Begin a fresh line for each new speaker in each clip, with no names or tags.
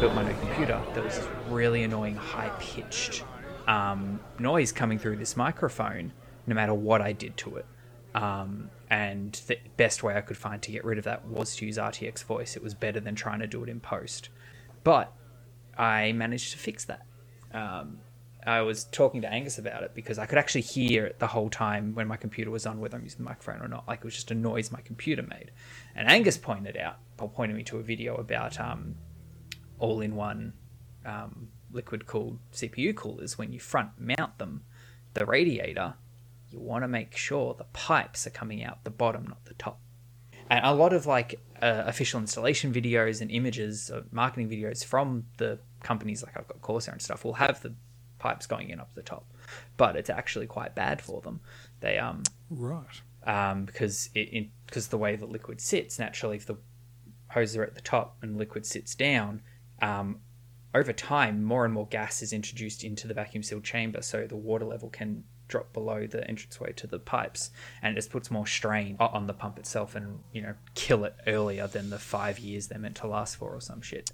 built my new computer, there was this really annoying high pitched um, noise coming through this microphone, no matter what I did to it. Um, and the best way I could find to get rid of that was to use RTX voice. It was better than trying to do it in post. But I managed to fix that. Um, I was talking to Angus about it because I could actually hear it the whole time when my computer was on, whether I'm using the microphone or not. Like it was just a noise my computer made. And Angus pointed out, or pointed me to a video about um, all in one um, liquid cooled CPU coolers. When you front mount them, the radiator, you want to make sure the pipes are coming out the bottom, not the top and a lot of like uh, official installation videos and images of marketing videos from the companies like I've got Corsair and stuff will have the pipes going in up the top, but it's actually quite bad for them. They um
Right.
um because it because the way the liquid sits naturally if the hoses are at the top and liquid sits down um over time more and more gas is introduced into the vacuum sealed chamber so the water level can drop below the entranceway to the pipes and it just puts more strain o- on the pump itself and you know kill it earlier than the five years they're meant to last for or some shit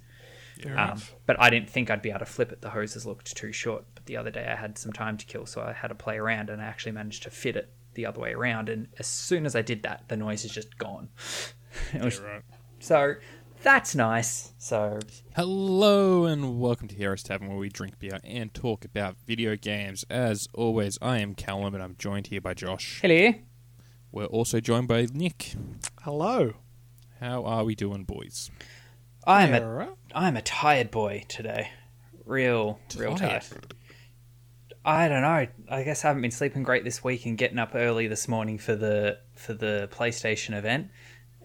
Fair
um,
enough.
but I didn't think I'd be able to flip it. The hoses looked too short. But the other day I had some time to kill, so I had to play around and I actually managed to fit it the other way around. And as soon as I did that, the noise is just gone. It was-
right.
So that's nice. So
Hello and welcome to Heroes Tavern, where we drink beer and talk about video games. As always, I am Callum, and I'm joined here by Josh.
hello.
We're also joined by Nick.
Hello.
How are we doing, boys?
I'm a
Sarah.
I'm a tired boy today. Real real
Tired?
tired. I don't know. I guess I haven't been sleeping great this week and getting up early this morning for the for the PlayStation event.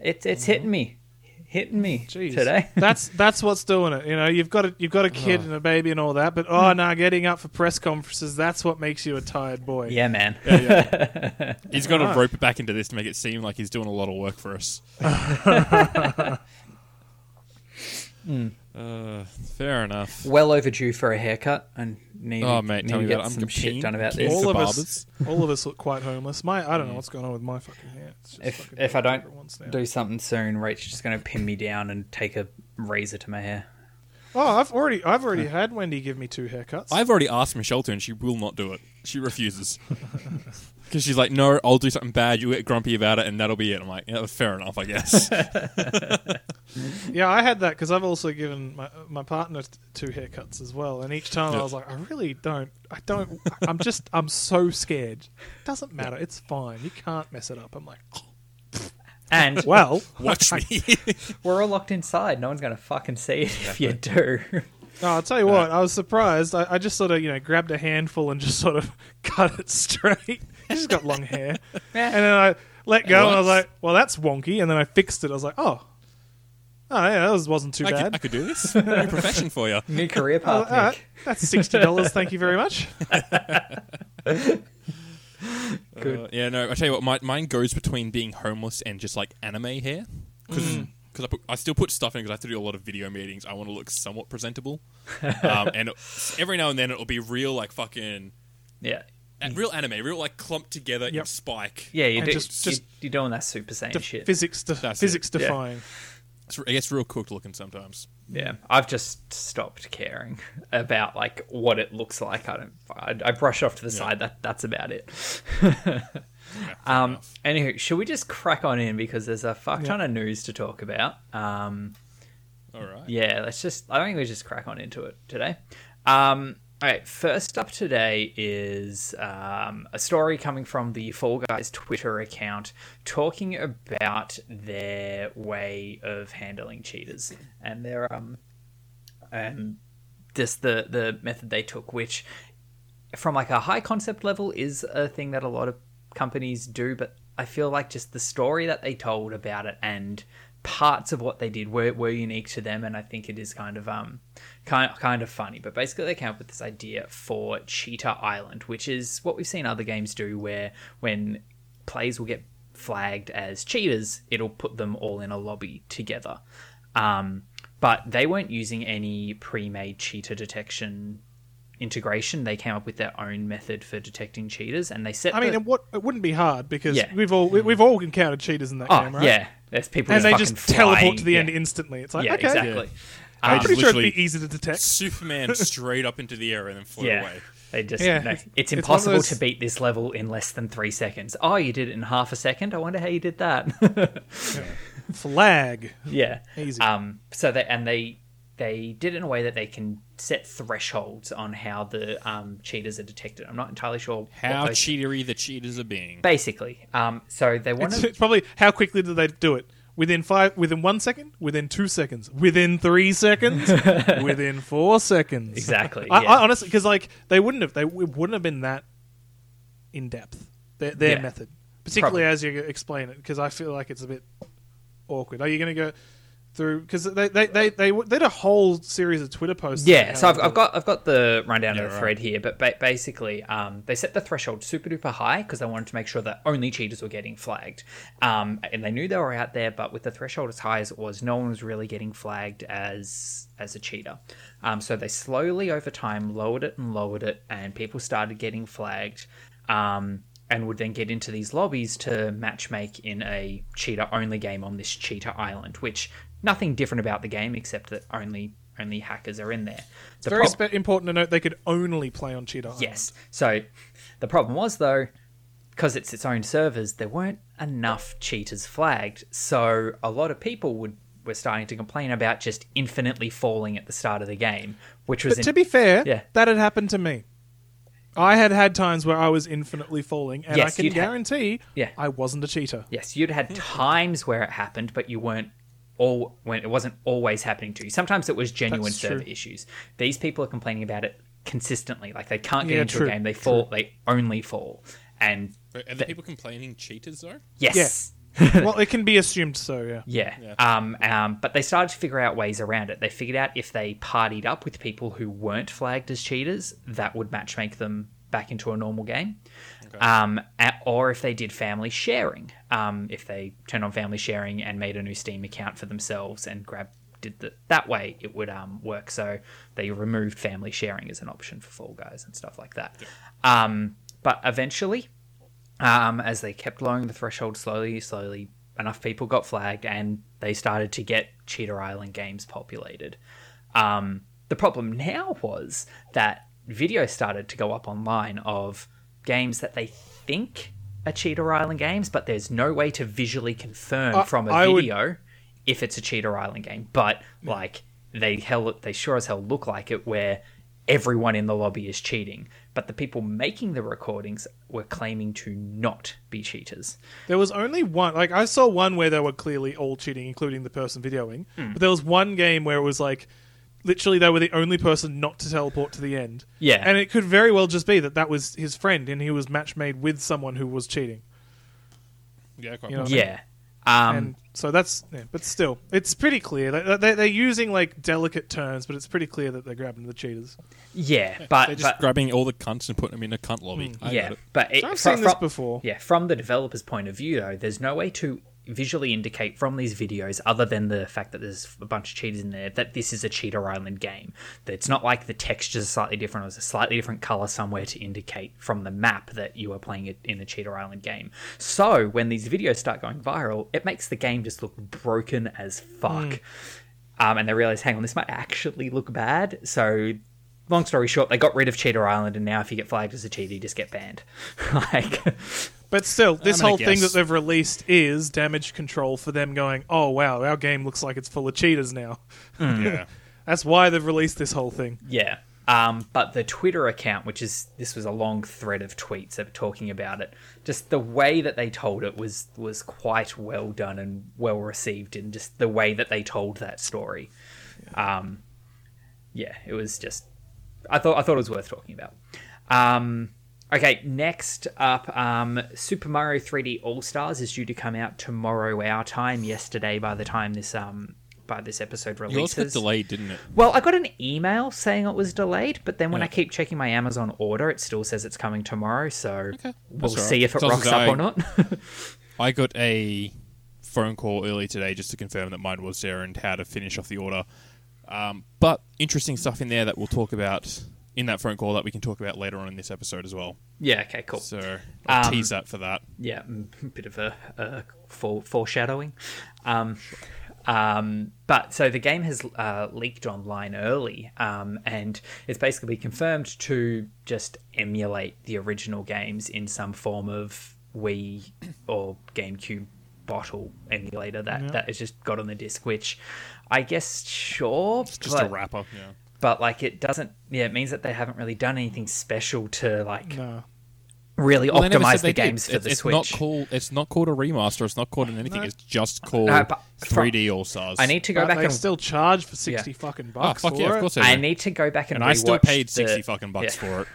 It's it's hitting me. Hitting me
Jeez.
today. Oh.
that's that's what's doing it. You know, you've got a you've got a kid and a baby and all that, but oh no, getting up for press conferences, that's what makes you a tired boy.
Yeah, man.
He's going to
Right.
rope it back into this to make it seem like he's doing a lot of work for us. uh, fair enough.
well overdue for a haircut and need,
Oh, mate,
need
tell
to
me
get
about it. I'm
some shit
keen-
done about
keen
this.
It's
All
the
of us,
barbers.
all of us look quite homeless. My, I don't know what's going on with my fucking hair. It's just
Mm. If
fucking
if I
dark every
don't
once now.
do something soon, Rachel's just going to pin me down and take a razor to my hair.
oh, I've already I've already had Wendy give me two haircuts.
I've already asked Michelle to, and she will not do it. She refuses. Because she's like, no, I'll do something bad. You get grumpy about it, and that'll be it. I'm like, yeah, fair enough, I guess.
yeah, I had that because I've also given my my partner t- two haircuts as well, and each time
Yeah.
I was like, I really don't, I don't, I'm just, I'm so scared. Doesn't matter, it's fine. You can't mess it up. I'm like, "Oh,
And
well,
Watch me.
we're all locked inside. No one's going to fucking see it if you do.
No, I'll tell you what. I was surprised. I, I just sort of, you know, grabbed a handful and just sort of cut it straight. She's got long hair, and then I let go, and I was
works.
like, "Well, that's wonky." And then I fixed it. I was like, "Oh, oh yeah, that was, wasn't too
I
bad."
could, I could do this. New profession for you.
New career
I
path,
was like, "All right,
Nick.
that's sixty dollars. thank you very much."
Good.
Uh, yeah, no, I tell you what, my, mine goes between being homeless and just like anime hair because
Mm.
I put I still put stuff in because I have to do a lot of video meetings. I want to look somewhat presentable, um, and it- every now and then it'll be real like fucking
Yeah.
a- real anime, real like clumped together in
Yep.
spike.
Mm. Yeah, you
And
do,
just-
you,
just-
you're doing that Super Saiyan
De-
shit.
physics, de-
That's it.
physics
Yeah.
defying.
It's, re- it gets real cooked looking sometimes.
yeah, I've just stopped caring about like what it looks like. I don't. I, I brush off to the side. That that's about it. Um, anywho, should we just crack on in because there's a fuck ton of news to talk about. Um,
All right.
yeah, let's just. I think we just crack on into it today. Um, all right. First up today is um, a story coming from the Fall Guys Twitter account talking about their way of handling cheaters and their um and just the the method they took, which from like a high concept level is a thing that a lot of companies do but i feel like just the story that they told about it and parts of what they did were, were unique to them and i think it is kind of um kind, kind of funny but basically they came up with this idea for cheetah island which is what we've seen other games do where when plays will get flagged as cheaters it'll put them all in a lobby together um, but they weren't using any pre-made cheater detection integration, they came up with their own method for detecting cheaters, and they set.
I mean,
the-
it, what, it wouldn't be hard because
Yeah.
we've all we, we've all encountered cheaters in that
oh
game, right?
yeah, there's people
and
who
they
fucking
just teleport
fly-
to the end
yeah.
instantly. It's like,
yeah,
okay,
exactly.
They
Pretty
just
sure it'd
literally
be easy to detect.
Superman straight up into the air and then flew
yeah.
away.
They just
Yeah,
no,
it's-
it's
it's one of
impossible
those-
to beat this level in less than three seconds. Oh, you did it in half a second. I wonder how you did that.
Flag.
yeah.
Easy.
Um. So that and they they did it in a way that they can set thresholds on how the um, cheaters are detected. I'm not entirely sure
How
what those-
cheatery the cheaters are being.
basically. Um. So they want
It's,
to.
it's probably how quickly did they do it? Within five, within one second, within two seconds, within three seconds, within four seconds.
Exactly,
I,
yeah.
I honestly, because like they wouldn't have, they w- wouldn't have been that in depth. Their, their
Yeah.
method, particularly
Probably.
as you explain it, because I feel like it's a bit awkward. Are you going to go through? Because they they, they they w- they did a whole series of Twitter posts.
Yeah, so
how
I've, I've got I've got the rundown
Yeah,
of the
right.
thread here, but ba- basically, um, they set the threshold super duper high because they wanted to make sure that only cheaters were getting flagged, um, and they knew they were out there. But with the threshold as high as it was, no one was really getting flagged as as a cheater. Um, so they slowly over time lowered it and lowered it, and people started getting flagged. Um, and would then get into these lobbies to matchmake in a cheater only game on this cheater island, which nothing different about the game except that only only hackers are in there. The
very
prob-
spe- important to note they could only play on Cheetah. Island.
yes. So the problem was though, because it's its own servers, there weren't enough cheaters flagged. So a lot of people would were starting to complain about just infinitely falling at the start of the game, which was
But
in-
to be fair,
Yeah.
that had happened to me. I had had times where I was infinitely falling, and
Yes,
I can
you'd ha-
guarantee
Yeah.
I wasn't a cheater.
Yes, you'd
Hmm.
had times where it happened, but you weren't all when it wasn't always happening to you. Sometimes it was genuine
That's
server
true.
issues. These people are complaining about it consistently. Like they can't get
Yeah,
into
true,
a game. They fall. They only fall. And
Are the people complaining cheaters though?
yes,
well, it can be assumed so, yeah.
Yeah. Um, um, but they started to figure out ways around it. They figured out if they partied up with people who weren't flagged as cheaters, that would matchmake them back into a normal game. Um, a- or if they did family sharing, um, if they turned on family sharing and made a new Steam account for themselves and grabbed did the, that way it would um, work so they removed family sharing as an option for fall guys and stuff like that um, but eventually um, as they kept lowering the threshold slowly, slowly, enough people got flagged and they started to get Cheater Island games populated. Um, the problem now was that videos started to go up online of games that they think are Cheater Island games, but there's no way to visually confirm
I-
from a
I would-
video if it's a Cheater Island game. But like they hell, they sure as hell look like it, where everyone in the lobby is cheating. But the people making the recordings were claiming to not be cheaters.
There was only one, like, I saw one where they were clearly all cheating, including the person videoing,
Hmm.
but there was one game where it was like, literally, they were the only person not to teleport to the end.
Yeah.
And it could very well just be that that was his friend and he was match made with someone who was cheating.
Yeah, quite
You know,
possibly.
Yeah. Um,
and so that's, yeah, but still, it's pretty clear. They, they, they're using, like, delicate terms, but it's pretty clear that they're grabbing the cheaters.
yeah, but
They're just
but,
grabbing all the cunts and putting them in a cunt lobby. I
yeah,
got it.
but it,
I've
fro-
seen this
fro-
before.
Yeah, from the developer's point of view, though, there's no way to visually indicate from these videos, other than the fact that there's a bunch of cheaters in there, that this is a Cheater Island game. That it's not like the textures are slightly different, or there's a slightly different color somewhere to indicate from the map that you are playing it in a Cheater Island game. So when these videos start going viral, it makes the game just look broken as fuck.
Hmm.
Um, and they realize, hang on, this might actually look bad. So, long story short, they got rid of Cheater Island, and now if you get flagged as a cheater, you just get banned. like,
But still, this
gonna
whole thing
guess.
that they've released is damage control for them going, oh, wow, our game looks like it's full of cheaters now.
Mm.
yeah.
That's why they've released this whole thing.
Yeah. Um, but the Twitter account, which is this was a long thread of tweets of talking about it, just the way that they told it was was quite well done and well received, and just the way that they told that story. Um, yeah, it was just. I thought I thought it was worth talking about. Um, okay, next up, um, Super Mario 3D All Stars is due to come out tomorrow our time. Yesterday, by the time this um by this episode
Yours
releases,
got delayed, didn't it?
well, I got an email saying it was delayed, but then when I keep checking my Amazon order, it still says it's coming tomorrow. So we'll
That's all
see
right.
if it
Sounds
rocks up
like
or
I-
not.
I got a phone call early today just to confirm that mine was there and how to finish off the order. Um, but interesting stuff in there that we'll talk about in that phone call that we can talk about later on in this episode as well.
yeah. Okay. Cool.
So I'll
Um,
tease that for that.
yeah, mm, bit of a, a fore- foreshadowing. Um, Um, but so the game has uh, leaked online early, um, and it's basically confirmed to just emulate the original games in some form of Wii or GameCube bottle emulator that that is just got on the disc. Which I guess sure,
It's just a
but-
wrapper. Yeah.
but like it doesn't. Yeah, it means that they haven't really done anything special to like
No.
really
Well, they never
optimize
said they
the games
did.
for
it's,
the
it's
Switch.
Not called, it's not called a remaster. It's not called an anything.
No.
It's just called
No, but from-
3D All Stars.
I need to go
But
back
they
and
still charge for sixty fucking
Oh,
bucks.
fuck
for
yeah,
it.
of course I
I
do.
need to go back and
And I still
rewatch
paid
the-
60 fucking bucks
yeah.
for it.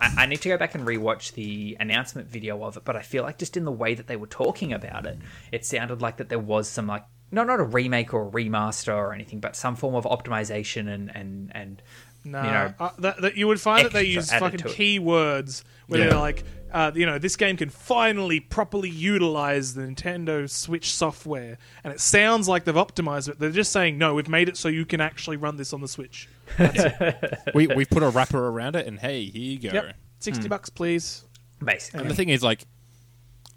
I, I need to go back and rewatch the announcement video of it, but I feel like just in the way that they were talking about it, it sounded like that there was some like no, not a remake or a remaster or anything, but some form of optimization and and and
No,
you know,
uh, that, that you would find that they
extra
use
added
fucking
to it.
keywords where
Yeah.
they're like, uh, you know, this game can finally properly utilize the Nintendo Switch software, and it sounds like they've optimized it. They're just saying, no, we've made it so you can actually run this on the Switch.
we, we put a wrapper around it, Hmm. and hey, here you go.
Yep, sixty bucks, please.
basically.
And the thing is, like,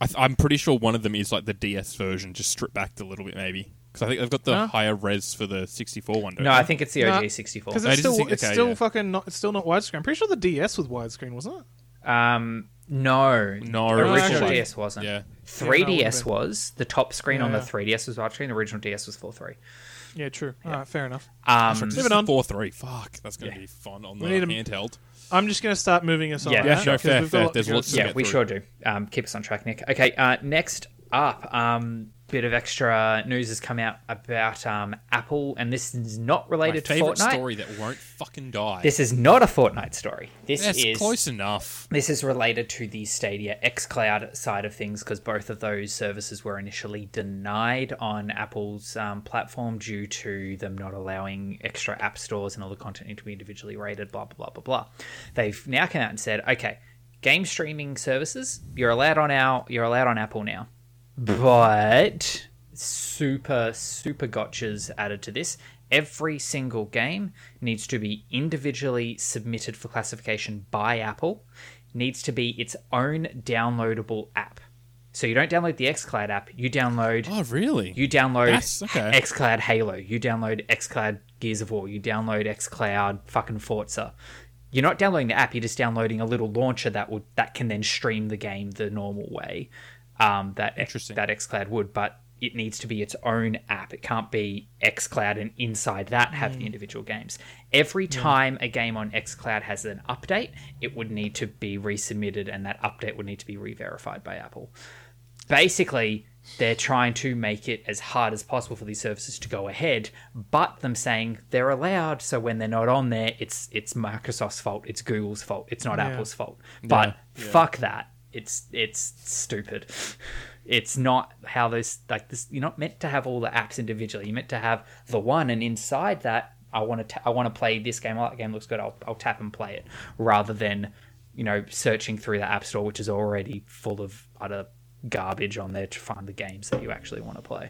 I th- I'm pretty sure one of them is like the DS version, just stripped back a little bit, maybe. Because I think they've got the
Huh?
higher res for the 64 one. don't
no,
they?
I think it's the
Nah,
OG sixty four.
Because
Oh, I
it's
just
still,
think-
it's
okay,
still
yeah.
fucking not, it's still not widescreen. I'm pretty sure the DS was widescreen, wasn't it?
Um, no,
No,
original
actually.
DS wasn't.
Yeah.
Yeah, no, it
3DS
would've
was the top screen on the
Yeah.
3DS was watching. The original DS was four three.
Yeah, true. All right, fair enough.
Um,
Just
Moving on.
4 3. Fuck, that's going to
Yeah.
be fun on the
We need 'em-
handheld.
I'm just gonna start moving us on.
Yeah,
right?
yeah,
no,
'Cause
fair,
we've got
fair.
lot to
There's
go
lots to
through.
yeah,
get
we
through.
sure do. Um, keep us on track, Nick. Okay, uh, next up, um, bit of extra news has come out about um, Apple, and this is not
My
related to
favorite
Fortnite.
story that won't fucking die.
This is not a Fortnite story. This
that's
is
close enough.
this is related to the Stadia xCloud side of things because both of those services were initially denied on Apple's um, platform due to them not allowing extra app stores and all the content need to be individually rated, blah, blah, blah, blah, blah. They've now come out and said, okay, game streaming services, you're allowed on our, you're allowed on Apple now but super super gotchas added to this every single game needs to be individually submitted for classification by apple needs to be its own downloadable app so you don't download the xcloud app you download
Oh, really?
you download
That's- okay.
xcloud halo you download xcloud gears of war you download xcloud fucking forza you're not downloading the app you're just downloading a little launcher that would that can then stream the game the normal way um, that X,
Interesting.
that xcloud would but it needs to be its own app it can't be xcloud and inside that have
Hmm.
the individual games every time a game on xcloud has an update it would need to be resubmitted and that update would need to be re-verified by apple basically they're trying to make it as hard as possible for these services to go ahead but them saying they're allowed so when they're not on there it's it's microsoft's fault it's google's fault it's not
Yeah.
apple's fault but fuck that it's it's stupid it's not how those like this you're not meant to have all the apps individually you're meant to have the one and inside that i want to I want to play this game oh that game looks good I'll, I'll tap and play it rather than you know searching through the app store which is already full of utter garbage on there to find the games that you actually want to play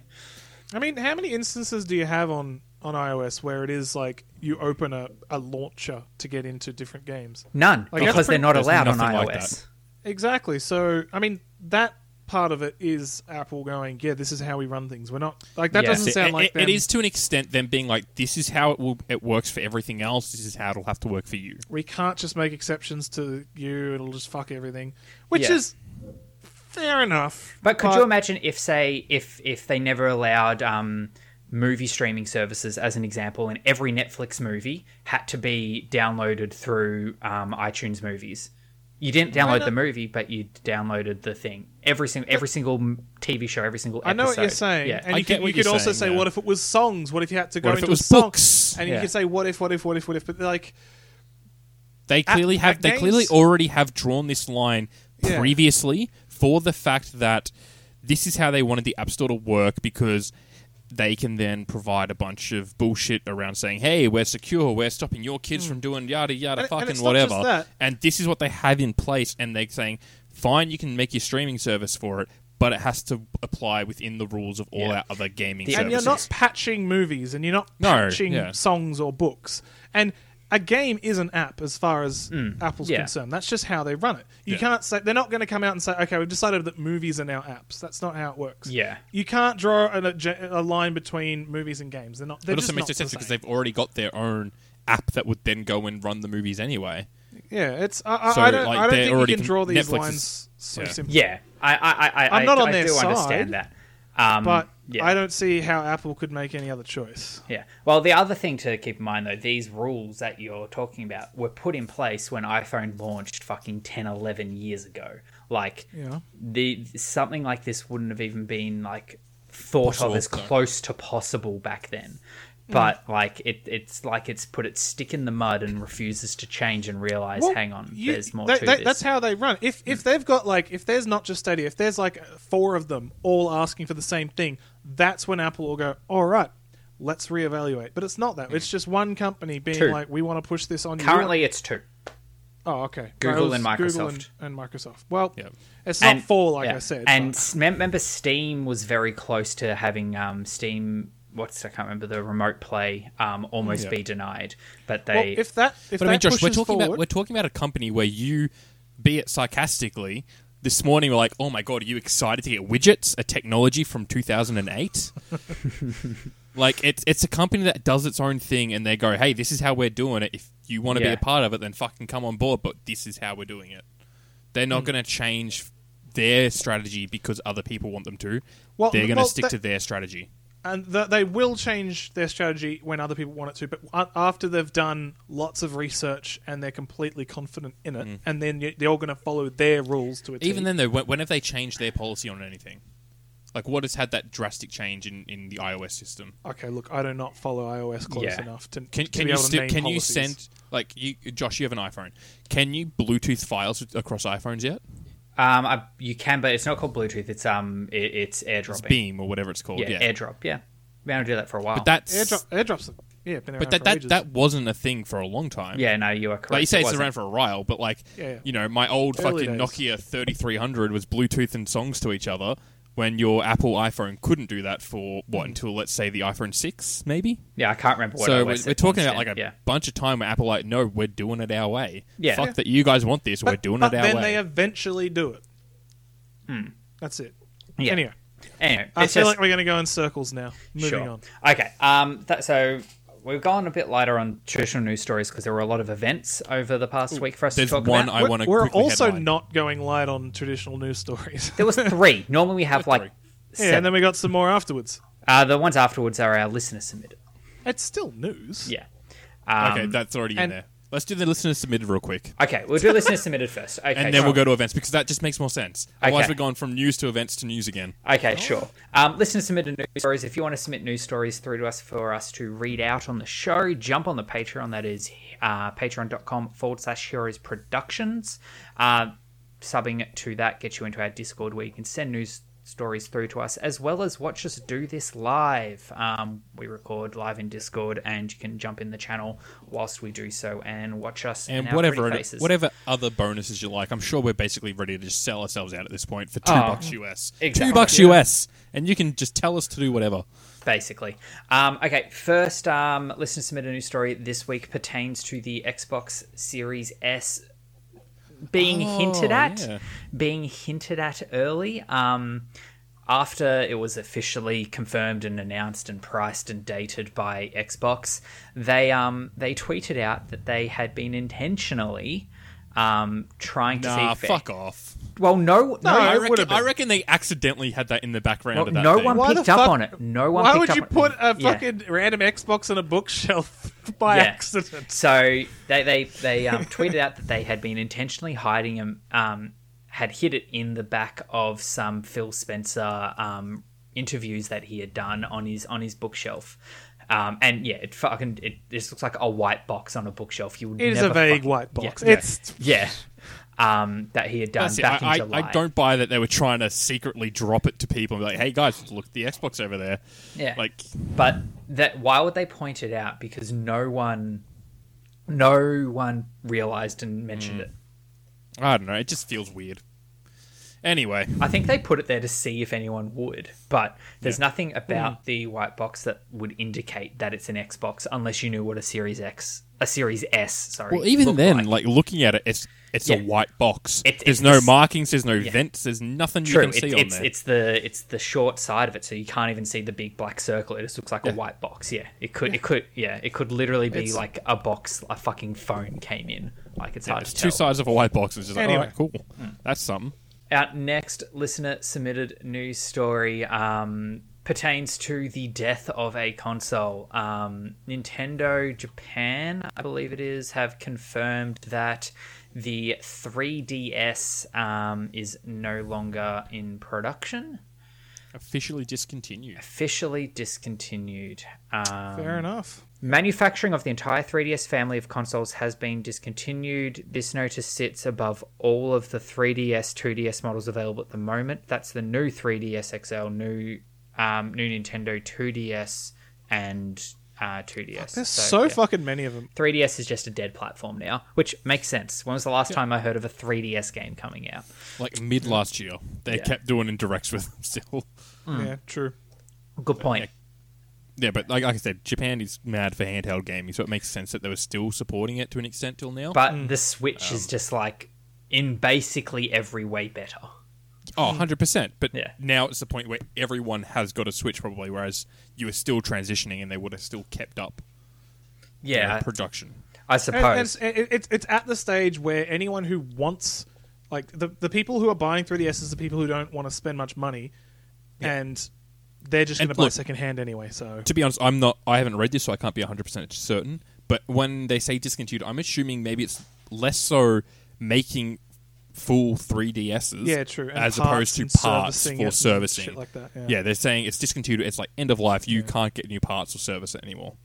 I mean, how many instances do you have on on iOS where it is like you open a, a launcher to get into different games?
none
Like, that's
because they're
pretty-
not
there's
allowed on
nothing like
ios
Exactly. So, I mean, that part of it is Apple going, yeah, this is how we run things. We're not like that
Yeah.
doesn't
It-
sound
it-
like
it
them.
is to an extent them being like, this is how it will it works for everything else. This is how it'll have to work for you.
We can't just make exceptions to you. It'll just fuck everything, which
Yeah.
is fair enough.
But could you imagine if, say, if if they never allowed um, movie streaming services, as an example, and every Netflix movie had to be downloaded through um, iTunes Movies? You didn't download
not?
the movie, but you downloaded the thing. Every single every single m- TV show, every single. Episode.
I know what you're saying,
Yeah.
and
I
you
get
could,
what
you could
you're
also say,
saying, yeah.
"What if it was songs? What if you had to go
What if
into
it was
a song?"
books?
And
Yeah.
you could say, "What if? What if? What if? What if?" But like,
They clearly have.
at
They
games-
clearly already have drawn this line
Yeah.
previously for the fact that this is how they wanted the App Store to work because they can then provide a bunch of bullshit around saying, "Hey, we're secure. We're stopping your kids from doing yada
Hmm. And-
yada
and
fucking
it's not just
whatever."
that.
And this is what they have in place, and they're saying, "Fine, you can make your streaming service for it." But it has to apply within the rules of all
Yeah.
our other gaming
The-
and
services.
you're not patching movies and you're not
No,
patching
yeah.
songs or books and a game is an app as far as Apple's
yeah.
concerned. That's just how they run it. You
Hmm. Yeah.
can't say they're not going to come out and say, "Okay, we've decided that movies are now apps." That's not how it works.
Yeah.
you can't draw an, a, a line between movies and games. They're not. They're
It
just
also makes
not
no sense
the
because
same.
they've already got their own app that would then go and run the movies anyway.
Yeah, it's. I, I,
So,
I don't.
like,
I don't
they're
think
already
you can
con-
draw these
Netflix is-
lines so
yeah.
simply.
Yeah, I, I, I,
I'm not
I,
on
I
their
do understand
side,
that. Um,
but
yeah.
I don't see how Apple could make any other choice.
Yeah. Well, the other thing to keep in mind, though, these rules that you're talking about were put in place when iPhone launched fucking 10, 11 years ago. Like,
Yeah.
the something like this wouldn't have even been like thought
Possible,
of as
no.
close to possible back then.
Mm.
But like it, it's like it's put its stick in the mud and refuses to change and realize,
Well,
hang on,
you-
there's more
they-
to
they-
this.
That's how they run. If if they've got like if there's not just Stadia, if there's like four of them all asking for the same thing, that's when Apple will go, all right, let's reevaluate. But it's not that. It's just one company being
Two.
like, we want to push this on. you."
Currently, it's two.
oh okay,
Google
Well, it
and
was Google and,
Microsoft.
and Microsoft. Well,
Yeah.
it's not four like
yeah.
I said.
And
but-
s- mem- remember, Steam was very close to having um, Steam. What's I can't remember the remote play um, almost be denied, but they
well, if that if
But
that
I mean, Josh, we're
pushes
talking
forward,
about we're talking about a company where you, be it sarcastically, this morning we're like, oh my god, are you excited to get widgets, a technology from 2008? like it's it's a company that does its own thing, and they go, hey, this is how we're doing it. If you want to
Yeah.
be a part of it, then fucking come on board. But this is how we're doing it. They're
Hmm.
not going to change their strategy because other people want them to.
Well,
They're going to
well,
stick
that-
to their strategy.
and th- they will change their strategy when other people want it to but a- after they've done lots of research and they're completely confident in
Mm.
it and then y- they're all going to follow their rules to it
Even then, though, when, when have they changed their policy on anything? Like, what has had that drastic change in, in the iOS system?
okay look i do not follow ios close
Yeah.
enough to
Can,
to
can
be
you
able to
still,
name
can you
policies.
send like you Josh? You have an iPhone. Can you Bluetooth files with- across iPhones yet?
Um, I, you can, but it's not called Bluetooth. It's um, it, it's airdropping.
It's Beam or whatever it's called.
yeah,
Yeah,
airdrop. Yeah, we don't do that for a while.
but that's
airdrop airdrops have- yeah been around
but
for
that, that
ages.
that wasn't a thing for a long time.
yeah, no, you are correct.
Like you say,
It
it's
wasn't.
around for a while, but like,
Yeah, yeah.
you know, my old
Early
fucking
days.
Nokia 3300 was Bluetooth and songs to each other when your Apple iPhone couldn't do that
Mm.
for what until let's say the iPhone 6 maybe.
Yeah, I can't remember what.
so
iOS
we're,
it
we're talking
launched
about like
in.
a
yeah.
bunch of time where Apple like, no, we're doing it our way.
Yeah.
Fuck
Yeah.
that you guys want this, we're doing
but
it our
then
way. Hmm.
they eventually do it that's it
Yeah.
anyway
Anyway,
i
it's
feel
just-
like we're going to go in circles now moving on
Okay. Um. That, so we've gone a bit lighter on traditional news stories because there were a lot of events over the past week for us
There's
to talk
one
about.
I
We're-
want to.
we're also not going light on traditional news stories
there was three. Normally we have like. Seven.
yeah and then we got some more afterwards
uh, the ones afterwards are our listener submitted.
It's still news.
Yeah. Um,
Okay, that's already in
and-
there. Let's do the listener submitted real quick,
Okay, we'll do listener submitted first. Okay,
and then
sure.
we'll go to events because that just makes more sense. Otherwise,
Okay.
we're going from news to events to news again.
Okay, sure.
Oh.
Um, listener submitted news stories. If you want to submit news stories through to us for us to read out on the show, jump on the Patreon. That is uh, patreon.com forward slash heroes productions. Uh, subbing to that gets you into our Discord where you can send news stories through to us as well as watch us do this live. Um, we record live in Discord and you can jump in the channel whilst we do so and watch us
And
our
whatever
pretty
other-
faces.
whatever other bonuses you like, I'm sure we're basically ready to just sell ourselves out at this point for two
Oh,
bucks US.
exactly.
Two bucks
Yeah.
US, and you can just tell us to do whatever.
basically. Um, okay, first um, listener submitted news story this week pertains to the Xbox Series S being
Oh,
hinted at,
yeah.
being hinted at early. Um, after it was officially confirmed and announced and priced and dated by Xbox, they um, they tweeted out that they had been intentionally um, trying to
Nah,
see. if-
fuck off.
Well, no, no,
it
I
would've
reckon,
been.
I reckon they accidentally had that in the background
Well,
of that.
no
thing.
one
Why
picked
the
up
fuck-
on it. No one.
Why
picked
would
up
you
on it.
put a
Yeah.
fucking random Xbox on a bookshelf by
Yeah.
accident?
So they they they um, tweeted out that they had been intentionally hiding him, um, had hid it in the back of some Phil Spencer um, interviews that he had done on his on his bookshelf. Um, and yeah, it fucking it this looks like a white box on a bookshelf. You would
It is
never
a vague
fucking-
white box.
Yeah,
It's
yeah. Um, that he had done
That's it.
back
Uh, I,
in
I,
July.
I don't buy that they were trying to secretly drop it to people and be like, "Hey guys, look, the Xbox over there."
Yeah.
Like,
But that why would they point it out? Because no one,
Mm.
no one realized and mentioned it.
I don't know. It just feels weird. Anyway,
I think they put it there to see if anyone would, but there's nothing about the white box that would indicate that it's an Xbox unless you knew what a Series X, a Series S, sorry.
well, even
looked
then,
like.
like, looking at it, it's it's
Yeah.
a white box.
It-
there's
it's
no
this-
markings. There's no vents. There's nothing
True,
you can
it-
see on
it's
there.
it's the it's the short side of it, so you can't even see the big black circle. It just looks like a white box. Yeah, it could it could yeah it could literally be
It's-
like a box a fucking phone came in. Like it's hard
it's
to
two
tell.
sides of a white box. It's just like,
Anyway.
alright, cool.
Hmm.
That's something.
Our next listener submitted news story um, pertains to the death of a console. Um, Nintendo Japan, I believe it is, have confirmed that the 3DS um, is no longer in production,
Officially discontinued.
officially discontinued. Um,
Fair enough.
Manufacturing of the entire 3DS family of consoles has been discontinued. This notice sits above all of the 3DS, 2DS models available at the moment. That's the new 3DS XL, new um, new Nintendo 2DS, and uh, 2DS.
There's so,
yeah.
fucking many of them.
3DS is just a dead platform now, which makes sense. When was the last time I heard of a 3DS game coming out?
Like mid last year, they
Hmm. Yeah.
kept doing indirects with them still.
Mm.
Yeah, true.
Good point.
Yeah, but like, like I said, Japan is mad for handheld gaming, so it makes sense that they were still supporting it to an extent till now.
But
Mm.
the Switch
Um,
is just like in basically every way better.
Oh, 100%. But
Mm. Yeah.
now it's the point where everyone has got a Switch, probably, whereas you were still transitioning and they would have still kept up you know,
Yeah,
production.
I
And, and
suppose.
it's, it, it's it's at the stage where anyone who wants, like the the people who are buying 3DSs, the people who don't want to spend much money, and they're just
And
going to buy
look-
second hand anyway. So
To be honest, I'm not. I haven't read this, so I can't be 100% certain. But when they say discontinued, I'm assuming maybe it's less so making full 3DSs
Yeah, true, and
as
parts
opposed to
and
parts
servicing it
for
and
servicing.
shit like that, yeah.
they're saying it's discontinued. It's like end of life. You can't get new parts or service it anymore.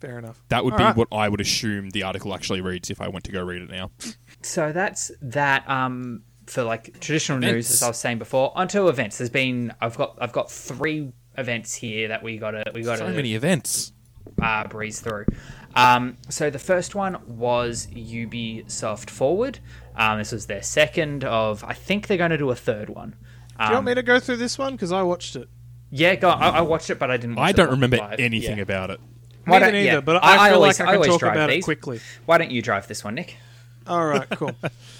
fair enough.
That would
All
be
right.
what I would assume the article actually reads if I went to go read it now.
so that's that um for like traditional news
Events.
as i was saying before onto events there's been i've got i've got three events here that we gotta we gotta
So many events.
uh, breeze through. Um, so the first one was Ubisoft Forward. Um, this was their second of. I think they're going to do a third one.
Do you want me to go through this one because I watched it?
Yeah, go. I, I watched it, but I didn't. Watch
I
it
don't
live.
remember
Yeah.
anything about it.
Why
Neither
don't-
neither,
yeah.
but I, feel
always-
like
I
I can
always
talk
drive
about
these.
it quickly.
Why don't you drive this one, Nick?
All right, cool.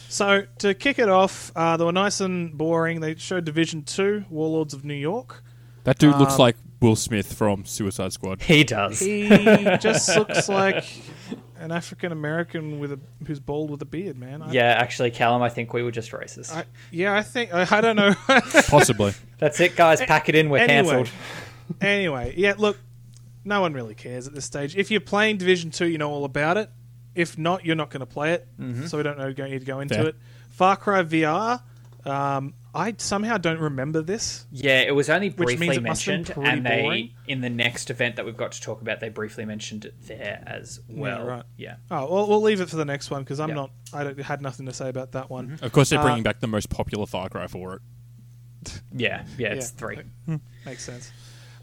so to kick it off, uh, they were nice and boring. They showed Division Two, Warlords of New York.
That dude looks like Will Smith from Suicide Squad.
He does.
He just looks like an African American with a who's bald with a beard, man. I,
yeah, actually, Callum, I think we were just racist.
I, yeah, I think I, I don't know.
Possibly.
That's it, guys. Pack it in. We're
anyway,
cancelled.
anyway, yeah. Look, no one really cares at this stage. If you're playing Division Two, you know all about it. If not, you're not going to play it.
Mm-hmm.
So we don't know, don't need to go into
Fair.
it. Far Cry VR. Um, I somehow don't remember this.
Yeah, it was only
Which means
briefly
it must have been
mentioned,
pretty
and they
boring.
in the next event that we've got to talk about, they briefly mentioned it there as well.
right.
Yeah.
Oh, well, we'll leave it for the next one because I'm
Yeah. Mm-hmm.
not. I don't, had nothing to say about that one.
Of course, they're bringing back the most popular Far Cry for it.
yeah, yeah, It's
Yeah.
three.
Makes sense.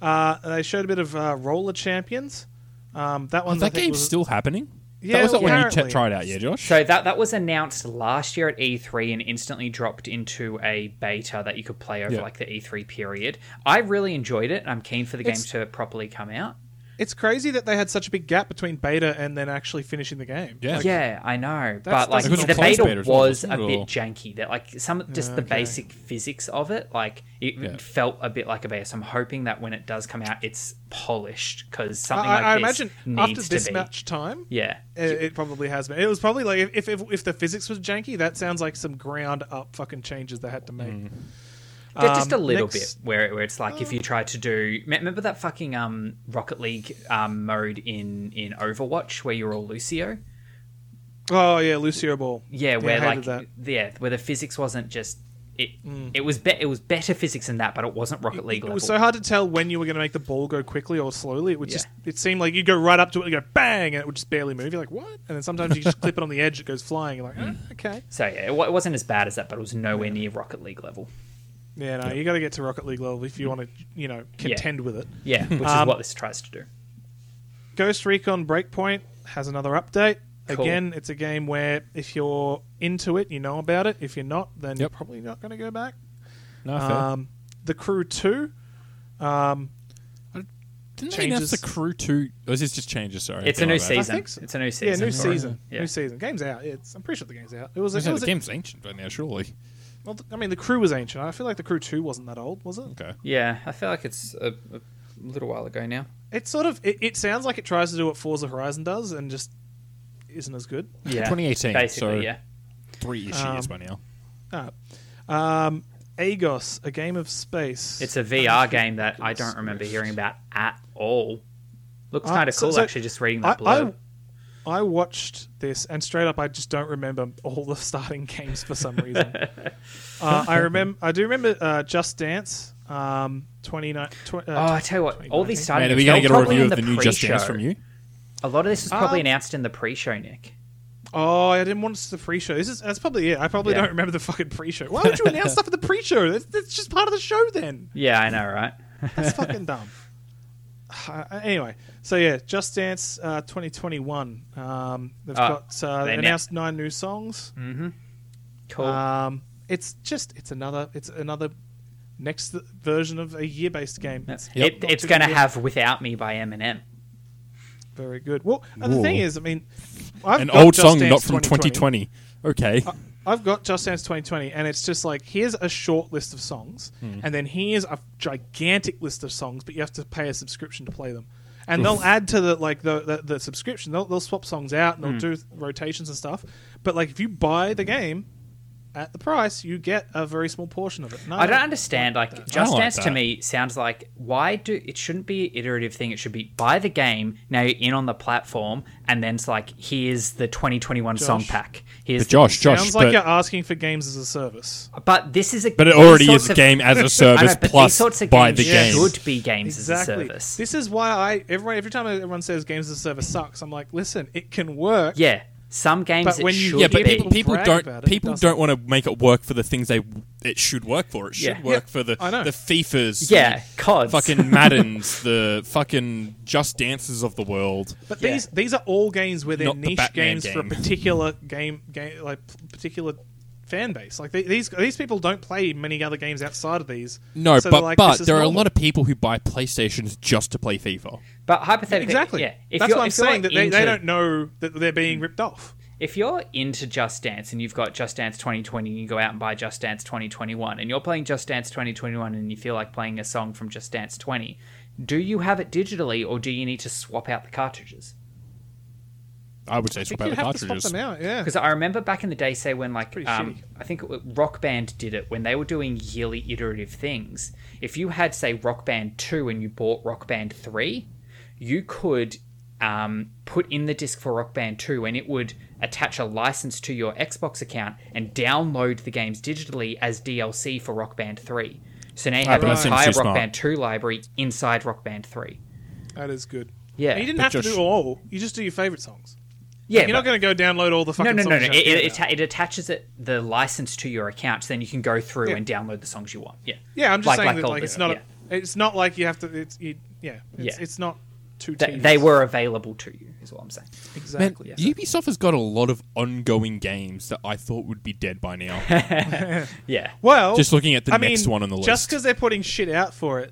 Uh, they showed a bit of uh, Roller Champions. Um, that one, I
that
think,
game's
was-
still happening?
Yeah,
that was not when you t-
apparently.
tried out, yeah, Josh?
So that that was announced last year at E3 and instantly dropped into a beta that you could play over
Yeah.
like the E3 period. I really enjoyed it, and I'm keen for the
It's-
game to properly come out.
It's crazy that they had such a big gap between beta and then actually finishing the game.
Yeah. Like-
yeah, I know,
That's-
but like
that's
the
not closed
beta
beta as well,
was
wasn't
a
it,
bit
or-
janky. That like some just the
okay.
basic physics of it, like it
Yeah.
felt a bit like a beta. So I'm hoping that when it does come out, it's polished because
I,
something
I-
like
I
this
imagine after
needs
this uh,
to be.
much time,
yeah,
it, it probably has been. It was probably like if, if if the physics was janky, that sounds like some ground up fucking changes they had to make.
Mm.
Ju- just a
Um,
little
next-
bit where, where it's like if you try to do me- remember that fucking um Rocket League um, mode in in Overwatch where you're all Lucio
Oh yeah, Lucio Ball.
yeah where
I
like
hated that. Mm.
yeah where the physics wasn't just it it was be- it was better physics than that but it wasn't Rocket League
It
level
was so hard to tell when you were going to make the ball go quickly or slowly. It would
Yeah.
just it seemed like you go right up to it and go bang, and it would just barely move. You're like, what? And then sometimes you just clip it on the edge, it goes flying. You're like, "Ah, okay.
so yeah it, wa- it wasn't as bad as that but it was nowhere near Rocket League level
Yeah, Hmm. no, you got to get to Rocket League level if you want to, you know, contend with it.
yeah which is
Um,
what this tries to do
Ghost Recon Breakpoint has another update.
Cool.
Again, it's a game where if you're into it, you know about it. If you're not, then you're
Yep.
probably not going to go back.
No, fair.
Um, the Crew Two. Um,
Didn't
changes-
they announce the crew two? Or is this just changes? Sorry,
It's
Okay,
a
my
new
bad.
I
season.
think so.
It's a new
yeah,
season.
new
sorry.
season.
Yeah.
New season. Game's out. It's. I'm pretty sure the game's out. It was. It
No,
was
the
a,
game's ancient by now, surely.
well, I mean, the Crew was ancient. I feel like the Crew Two wasn't that old, was it?
Okay.
Yeah, I feel like it's a, a little while ago now.
It sort of. It, it sounds like it tries to do what Forza Horizon does, and just isn't as good.
Yeah,
2018,
Basically,
so-
yeah.
Three ish
Um,
years by now.
Ah. Um, Agos, a game of space.
It's a VR game that I don't remember hearing about at all. Looks
Uh,
kind of
so-
cool,
so
actually, just reading
I,
that blurb.
I, I watched this, and straight up, I just don't remember all the starting games for some reason. uh, I remember, I do remember uh, Just Dance, um, twenty nine. Tw- uh,
oh, I tell you what, all these starting
Man, are we
games, they
going to get
were
a
probably
review
in
of the new Just Dance
pre-show.
from you? Uh,
A lot of this was probably
Um,
announced in the pre-show, Nick.
oh, I didn't want this the pre-show. This is that's probably it. I probably
Yeah.
don't remember the fucking pre-show. Why would you announce stuff at the pre-show? That's, that's just part of the show, then.
Yeah, I know, right?
That's fucking dumb. Uh, anyway, so yeah, Just Dance uh, 2021. Um, they've
Ah,
got uh,
they
they announced nine new songs.
Mm.
Cool.
uh,
Um, it's just it's another it's another next th- version of a year based game.
That's,
Yep.
it, it's
Not
going to
too-
have "Without Me" by Eminem.
very good. Well, and the
Whoa.
thing is, I mean, I've
An
got
old
Just
song,
Dance Uh,
not from
2020.
2020. Okay.
I've got Just Dance 2020, and it's just like here's a short list of songs, and then here's a gigantic list of songs, but you have to pay a subscription to play them. And they'll add to the like the the, the subscription. They'll, they'll swap songs out and they'll do rotations and stuff. But like if you buy the game at the price, you get a very small portion of it. And
I don't understand. Like,
I
Just
like
Dance to
that.
me sounds like why do it shouldn't be an iterative thing. It should be buy the game now you're in on the platform, and then it's like here's the 2021 song
Josh.
pack. Here's
But Josh, Josh,
Sounds
but,
like you're asking for games as a service.
but this is a
but it
these
already
sorts
is
of-
game as a
I know,
service
but these
plus
sorts of
by
games
the game.
should be games
Exactly.
as a service.
This is why I everyone every time everyone says games as a service sucks, I'm like, listen, it can work.
Yeah, some games
But
it
when you
should
Yeah, but
People
be.
people, people
brag
don't
about it,
people
doesn't
don't want to make it work for the things they it should work for. It should
Yeah.
work
Yeah,
for the
I know.
the Fifas,
yeah,
the
CODs.
fucking Maddens, the fucking Just Dances of the world.
But
Yeah.
these these are all games where they're
Not the
niche
Batman
games for a
game.
particular game game like particular fan base. Like they, these these people don't play many other games outside of these.
No,
so they're
but
like,
but
this is
there are a
normal.
lot of people who buy PlayStations just to play FIFA.
but hypothetically,
exactly.
yeah, if
That's
you're,
what I'm
if you're
saying that they,
into-
they don't know that they're being
Mm.
ripped off.
If you're into Just Dance and you've got Just Dance 2020 and you go out and buy Just Dance 2021 and you're playing Just Dance 2021 and you feel like playing a song from Just Dance 20, do you have it digitally or do you need to swap out the cartridges?
I would say
I think
swap out
you'd
the
have to swap
cartridges.
them out. Yeah,
Because I remember back in the day, say when like
Pretty
um,
shitty.
I think it wa- Rock Band did it when they were doing yearly iterative things. If you had say Rock Band two and you bought Rock Band three, you could um, put in the disc for Rock Band two, and it would attach a license to your Xbox account and download the games digitally as DLC for Rock Band three. So now you have
Ah, but
an
that seems
entire
too
Rock
smart.
Band two library inside Rock Band three.
that is good.
Yeah.
And you didn't
But
have to
Josh-
do all. You just do your favorite songs.
Yeah,
You're not
but-
going to go download all the fucking.
no, no,
songs
no,
you
no. It,
have to
it,
hear now.
atta- it attaches it, the license to your account, so then you can go through
Yeah.
and download the songs you want. Yeah,
Yeah, I'm just saying that
all
like
the-
it's not
yeah.
a, it's not like you have to it's you, yeah, it's,
Yeah.
it's not too
They,
tedious.
they were available to you, is what I'm saying.
Man,
exactly.
Ubisoft has got a lot of ongoing games that I thought would be dead by now.
Yeah,
Well,
Just looking at the
I
next
mean,
one on the
Just
list.
because they're putting shit out for it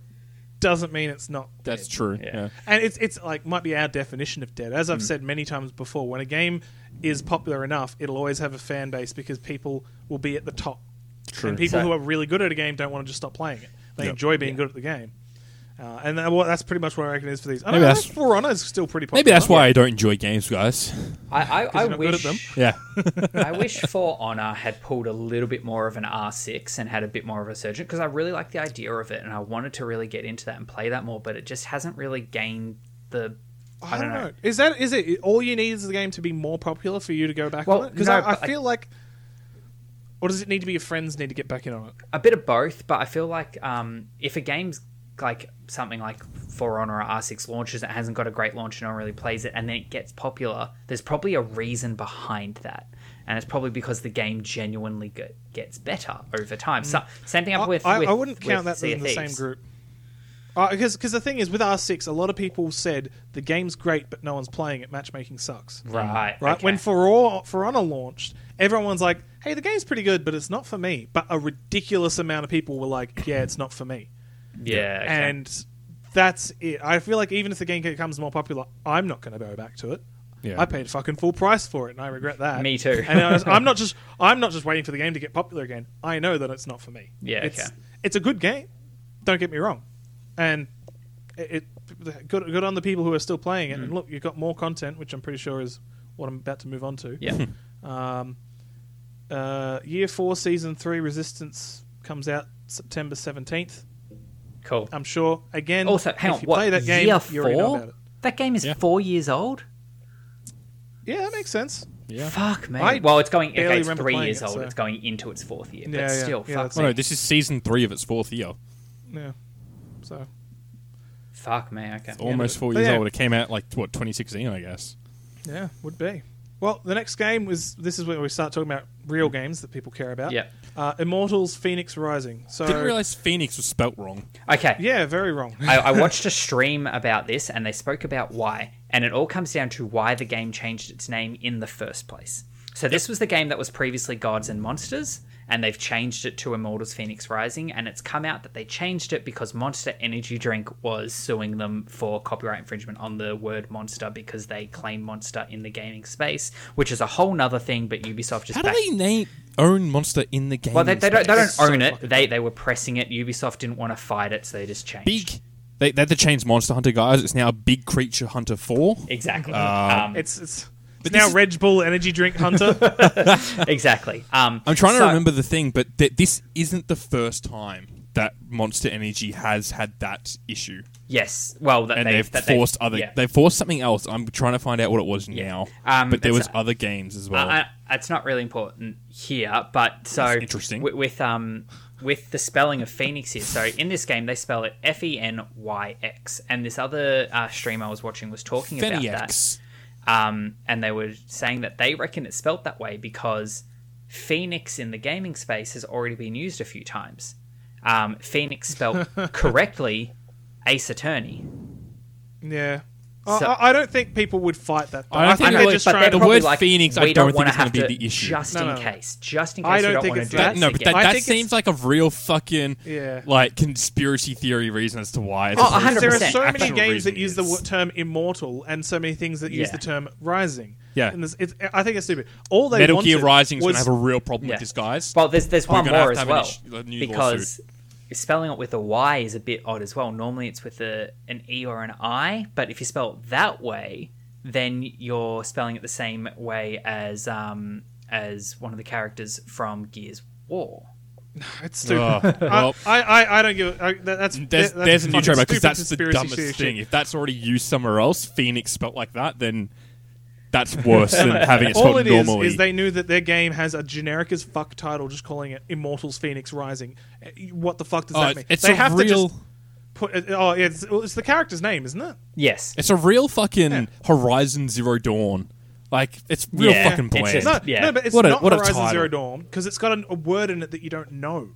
doesn't mean it's not
That's
dead.
true.
Yeah.
yeah.
And it's it's like might be our definition of dead. As
Hmm.
I've said many times before, when a game is popular enough, it'll always have a fan base because people will be at the top.
True.
And people
So-
who are really good at a game don't want to just stop playing it. They
Yep.
enjoy being good at the game. Uh, and that, well, that's pretty much what I reckon it is for these. I
Maybe
know
that's-
For Honor is still pretty popular.
Maybe that's why I don't enjoy games, guys.
I, I, I
you're not good at
wish
them.
Yeah.
I wish For Honor had pulled a little bit more of an R6 and had a bit more of a surgeon because I really like the idea of it and I wanted to really get into that and play that more, but it just hasn't really gained the. I don't know.
Is that is it? All you need is the game to be more popular for you to go back
Well,
on it? Because
no,
I, I
but I-
feel like, or does it need to be your friends need to get back in on it?
a bit of both, but I feel like um, if a game's like something like For Honor or R6 launches and it hasn't got a great launch and no one really plays it, and then it gets popular, there's probably a reason behind that. And it's probably because the game genuinely get, gets better over time. So, same thing
I,
happened with,
Mm. Uh, I,
with
I wouldn't count
with
that
Sea
in
of
the same
Thieves.
group. Because because Uh, the thing is, with R6, a lot of people said the game's great, but no one's playing it. Matchmaking sucks.
Right.
Mm. Right.
okay.
When For All, For Honor launched, everyone's like, "Hey, the game's pretty good, but it's not for me." But a ridiculous amount of people were like, "Yeah, it's not for me."
yeah, okay.
And that's it. I feel like even if the game becomes more popular, I'm not going to go back to it.
Yeah.
I paid fucking full price for it, and I regret that.
Me too.
and I was- I'm not just I'm not just waiting for the game to get popular again. I know that it's not for me.
Yeah,
it's
okay.
it's a good game. Don't get me wrong, and it, it good good on the people who are still playing it.
Mm.
And look, you've got more content, which I'm pretty sure is what I'm about to move on to.
yeah,
Um, uh, year four, season three, Resistance comes out September seventeenth.
cool.
I'm sure. Again,
also, Oh, hang
um, if
on,
you
what
play that game,
year
you
four?
already know about it.
That game is
Yeah.
four years old.
Yeah, that makes sense.
Yeah.
Fuck man.
I
well, it's going.
barely
Okay, it's
remember
three
playing
years
it,
old.
so-
It's going into its fourth year, but
Yeah, yeah,
still,
yeah,
fuck
that's
Oh
me.
no, this is season three of its fourth year.
Yeah. So
Fuck me. Okay.
Almost four
But
years
yeah.
old. It came out like what 2016, I guess.
yeah, would be. Well, the next game was. This is where we start talking about real games that people care about.
Yeah.
Uh, Immortals: Phoenix Rising. So
Didn't realize Phoenix was spelt wrong.
Okay.
yeah, very wrong.
I, I watched a stream about this and they spoke about why, and it all comes down to why the game changed its name in the first place. So, this was the game that was previously Gods and Monsters, and they've changed it to Immortals Phoenix Rising, and it's come out that they changed it because Monster Energy Drink was suing them for copyright infringement on the word monster because they claim monster in the gaming space, which is a whole nother thing, but Ubisoft just
How do
backed
they name own monster in the game?
well, they, they don't, they don't
It's so
own it.
fucking
They they were pressing it. Ubisoft didn't want to fight it, so they just changed.
big. They, they had to change Monster Hunter guys. It's now Big Creature Hunter Four.
Exactly. um,
It's it's,
But
it's now
this is-
Reg Bull Energy Drink Hunter.
exactly. Um,
I'm trying to
so-
remember the thing, but th- this isn't the first time that Monster Energy has had that issue,
Yes. Well, that
and
they,
they've
that they-
forced other.
yeah.
They forced something else. I'm trying to find out what it was now,
Um,
but there
that's-
was other games as well.
I, I, it's not really important here, but so
That's interesting.
wi- with um with the spelling of Phoenix here. So in this game, they spell it F E N Y X, and this other uh, stream I was watching was talking about that.
Fenix.
um, and they were saying that they reckon it's spelt that way because Phoenix in the gaming space has already been used a few times. Um, Phoenix spelt correctly, Ace Attorney.
yeah.
So-
I, I don't think people would fight that. though.
I don't
I think
think
they're
they
just
would, but
trying
the
to.
probably
word Phoenix, I
we
don't think
wanna
it's gonna
have
be
to-
the issue.
Just
No,
in
no, no.
case, just in case
I
you
don't
don't want
think
to
it's
do
that-
that.
That, no, but that,
I
that
think it's-
seems like a real fucking
Yeah.
like conspiracy theory reason as to why. as
Oh, 100%.
opposed to
there are
what the
so many
actual
games
reason
that use the
is.
wo- term immortal, and so many things that use
Yeah.
the term rising.
Yeah.
and this, it's, I think it's stupid. All they
Metal
wanted
Gear Rising is
was
going to have a real problem
Yeah.
with this, guys.
Well, there's there's
We're
one
gonna
more
have to
as
have an
well
issue- a new
because spelling it with a Y is a bit odd as well. Normally it's with a an E or an I, but if you spell it that way, then you're spelling it the same way as um as one of the characters from Gears War.
It's stupid.
Oh, well.
I, I, I don't give. a- I, that, that's
There's,
that-
there's a new
fucking
trailer because
stupid
that's the
conspiracy
dumbest
shit.
thing. If that's already used somewhere else, Phoenix spelt like that, then that's worse than having it
All
spelt
it is
normally.
is they knew that their game has a generic as fuck title, just calling it Immortals Phoenix Rising. Uh, What the fuck does
Oh,
that
it's-
mean?
it's
they
a
have
real-
to just put. it- Oh, yeah, it's, well, it's the character's name, isn't it?
Yes.
it's a real fucking Horizon Zero Dawn. Like it's real
Yeah,
fucking
it's
bland.
just-
No,
Yeah.
no, but it's
What a-
not
what a
Horizon
title.
Zero Dawn because it's got an, a word in it that you don't know.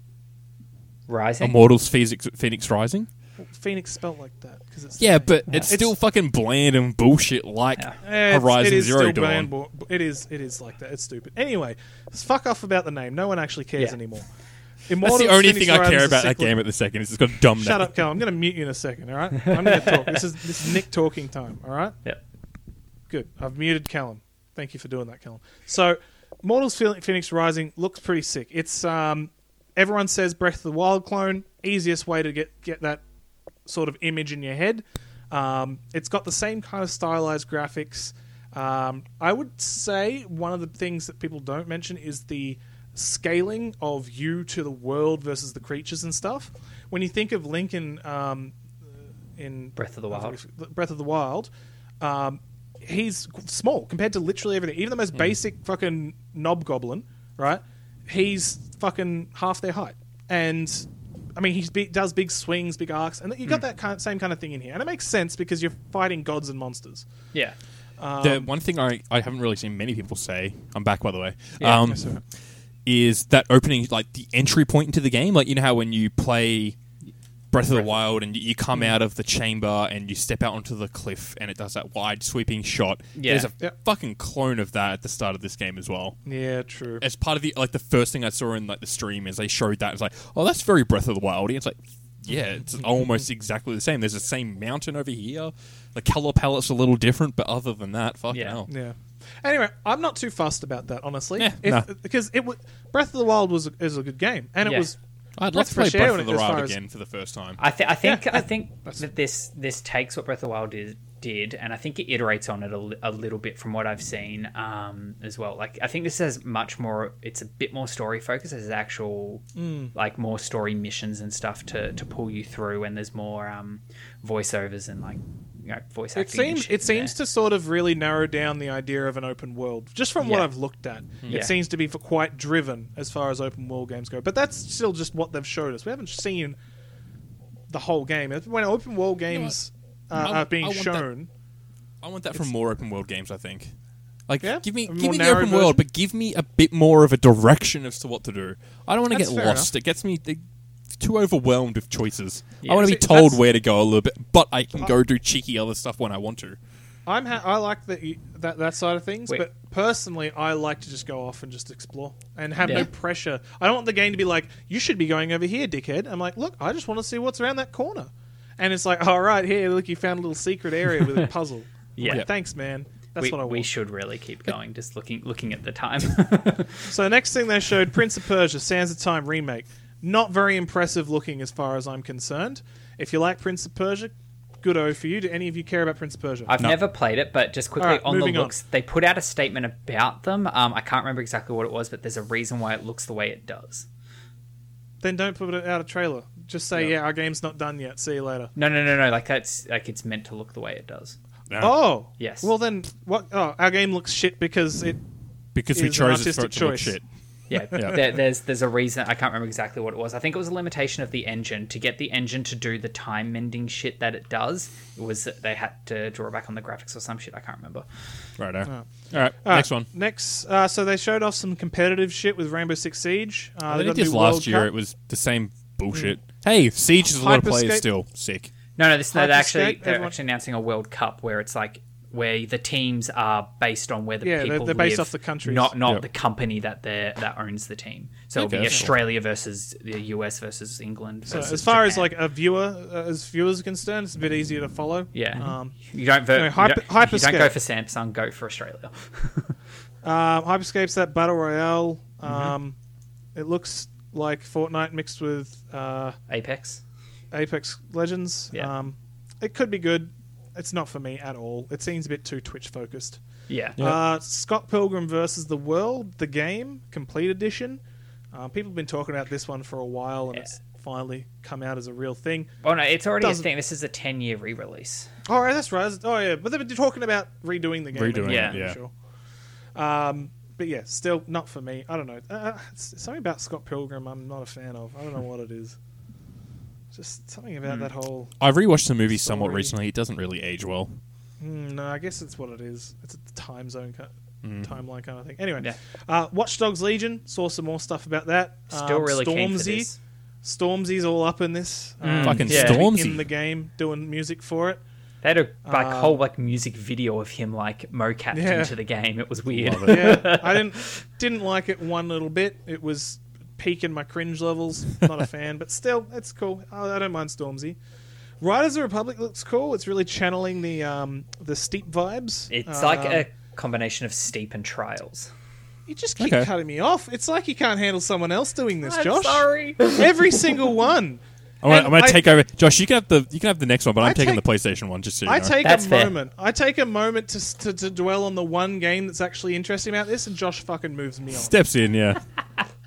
Rising.
Immortals Phoenix, Phoenix Rising.
Phoenix spelled like that because it's
Yeah, but it's, still fucking bland and bullshit like
Eh, it's-
Horizon
it is
Zero
still
Dawn.
bland, but it is it is like that. It's stupid. Anyway, let's fuck off about the name. No one actually cares
Yeah.
anymore.
That's the
Immortals
only
Phoenix
thing I
Rising is
care
a
about that
sequel-
game at the second. Is it's got a dumb
Shut
name.
up, Cal. I'm going to mute you in a second. All right, I'm going to talk. This is this is Nick talking time. All right.
Yep.
Good. I've muted Callum. Thank you for doing that, Callum. So, Mortals Phoen- Phoenix Rising looks pretty sick. It's um, everyone says Breath of the Wild clone. Easiest way to get get that sort of image in your head. Um, it's got the same kind of stylized graphics. Um, I would say one of the things that people don't mention is the scaling of you to the world versus the creatures and stuff. When you think of Lincoln um, in
Breath of the
I
Wild.
forget if- Breath of the Wild. Um, he's g- small compared to literally everything. Even the
Hmm.
most basic fucking knob goblin, right? He's fucking half their height, and I mean he big, does big swings, big arcs, and
Hmm.
you got that kind same kind of thing in here, and it makes sense because you're fighting gods and monsters.
Yeah.
the one thing I, I haven't really seen many people say. I'm back by the way.
Yeah,
um, is that opening like the entry point into the game? Like you know how when you play Breath of the Wild, and you- you come
Mm.
out of the chamber and you step out onto the cliff, and it does that wide sweeping shot.
Yeah.
There's a
Yep.
fucking clone of that at the start of this game as well.
Yeah, true.
As part of the like the first thing I saw in like the stream is they showed that it's like, oh, that's very Breath of the Wild. It's like, yeah, it's almost exactly the same. There's the same mountain over here. The color palette's a little different, but other than that, fuck
Yeah.
hell.
Yeah. Anyway, I'm not too fussed about that, honestly.
Yeah,
if,
no.
Because it was Breath of the Wild was a, is a good game, and
Yeah.
it was.
I'd love
Breath
to play
of fresh air
Breath
when
of
it-
the
as
Wild
far as-
again for the first time.
I, th- I think
Yeah,
I think
that's-
that this this takes what Breath of the Wild is, did, and I think it iterates on it a, li- a little bit from what I've seen um, as well. Like I think this has much more. It's a bit more story focused. There's actual
Mm.
like more story missions and stuff to to pull you through, and there's more um, voiceovers and like you know, voice acting.
It seems it seems to sort of really narrow down the idea of an open world. Just from what
Yeah. Hmm.
I've looked at,
Yeah.
it seems to be for quite driven as far as open world games go. But that's still just what they've showed us. We haven't seen the whole game. When open world games
I
uh,
w-
are
I
being
want that-
shown,
I want that from more open world games. I think. Like,
Yeah?
give me
A
give
more
me the
narrow
open world,
version?
but give me a bit more of a direction as to what to do. I don't want to get
That's fair
lost. It gets me th- too overwhelmed with choices.
Yeah.
I want to be
See,
told
that's- Oh.
where to go a little bit, but I can go do cheeky other stuff when I want to.
I'm ha- I like that you- that that side of things,
Wait.
but personally, I like to just go off and just explore and have
Yeah.
no pressure. I don't want the game to be like, "You should be going over here, dickhead." I'm like, "Look, I just want to see what's around that corner," and it's like, "All right, here, look, you found a little secret area with a puzzle." I'm like,
Yeah.
thanks, man. That's
we,
what I
we
want.
should really keep going. Just looking looking at the time.
so the next thing they showed, Prince of Persia: Sands of Time remake. Not very impressive looking, as far as I'm concerned. If you like Prince of Persia, good o for you. Do any of you care about Prince of Persia?
I've never played it, but just quickly
All right,
on the
moving on.
looks, they put out a statement about them. Um, I can't remember exactly what it was, but there's a reason why it looks the way it does.
then don't put out a trailer. Just say, "Yeah, our game's not done yet. See you later."
No, no, no, no. Like that's like it's meant to look the way it does.
Oh,
Yes.
Well, then what? Oh, our game looks shit because it.
because we
is an
chose it for
artistic
it to look
choice.
shit.
Yeah,
Yeah.
There, there's there's a reason. I can't remember exactly what it was. I think it was a limitation of the engine to get the engine to do the time mending shit that it does. It was that they had to draw back on the graphics or some shit. I can't remember.
Righto. All right,
All right,
next one.
ah, Next, uh, so they showed off some competitive shit with Rainbow Six Siege. Uh,
I
they
think
got a
just
new World
last year
Cup. Mm.
it was the same bullshit. Hey, Siege is a lot of players
Hyperscape-
still. Sick.
No, no, this no, they're
Hyperscape,
actually they're
everyone-
actually announcing a World Cup where it's like where the teams are based on where the
Yeah, they're-
people
they're based
live,
off the countries.
not not
Yep.
the company that they that owns the team. So it'll
Okay.
be Australia versus the US versus England.
So
Versus
as far as
Japan.
like a viewer, uh, as viewers are concerned, it's a bit
Mm-hmm.
easier to follow.
yeah,
Um,
you don't vote.
anyway, hyper-
you, don't, you don't go
hyperscape.
for Samsung. Go for Australia.
uh, Hyperscape's that battle royale.
Mm-hmm.
Um, It looks like Fortnite mixed with uh,
Apex.
Apex Legends.
Yeah.
Um, it could be good. It's not for me at all. It seems a bit too Twitch focused.
Yeah.
Uh, Scott Pilgrim versus the World, the game, complete edition. Uh, people have been talking about this one for a while, and
Yeah.
it's finally come out as a real thing.
Oh no, it's already a
Doesn't-
thing. This is a ten-year re-release.
All right, that's right. Oh yeah, but they've been talking about redoing the game.
it,
Redoing
again,
yeah.
I'm Sure. Um, but yeah, still not for me. I don't know. Uh, it's something about Scott Pilgrim I'm not a fan of. I don't know what it is. Just something
Hmm.
about that whole.
I rewatched the movie somewhat
Story.
recently. It doesn't really age well.
Mm, no, I guess it's what it is. It's a time zone, kind
Mm.
timeline kind of thing. Anyway,
Yeah.
uh, Watch Dogs Legion. Saw some more stuff about that.
Still
Um,
really
Stormzy.
keen for this.
Stormzy's all up in this.
Mm.
um,
Fucking
yeah.
Stormzy.
in the game doing music for it.
They had a like
Uh,
whole like music video of him like mocapped
Yeah.
into the game. It was weird.
Love it.
Yeah, I didn't didn't like it one little bit. It was peaking my cringe levels. Not a fan, but still, it's cool. I, I don't mind Stormzy. Riders of the Republic looks cool. It's really channeling the um, the steep vibes.
It's like
Um,
a combination of steep and trials.
you just keep
Okay.
cutting me off. It's like you can't handle someone else doing this, Josh.
sorry.
Every single one.
I'm gonna,
And
I'm gonna
I-
take over. Josh, you can have the you can have the next one, but I'm
I
taking
take-
the PlayStation one. Just so you
I
know.
take
That's
a
fair.
moment. I take a moment to, s- to to dwell on the one game that's actually interesting about this, and Josh fucking moves me on.
steps in. Yeah,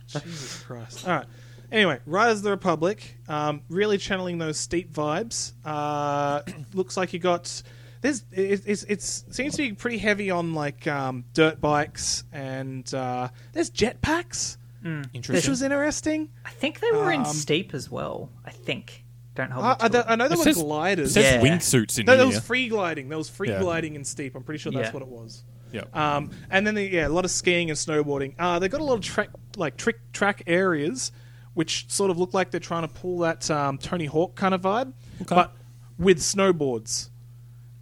Jesus Christ. All right. Anyway, Riders of the Republic, um, really channeling those steep vibes. Uh, looks like you got. There's, it, it's, it's seems to be pretty heavy on like um, dirt bikes and uh, there's jetpacks,
Hmm.
which was interesting.
I think they were in steep as well. I think. Don't hold
Um, I,
me
I,
to it.
I know there
It
were
says- It
gliders.
says
Yeah.
wingsuits in
No,
here.
there was free gliding. There was free
Yeah.
gliding and steep. I'm pretty sure that's
Yeah.
what it was.
yeah.
Um, and then the, yeah, a lot of skiing and snowboarding. Uh, they've got a lot of track like trick track areas, which sort of look like they're trying to pull that um, Tony Hawk kind of vibe, but with snowboards.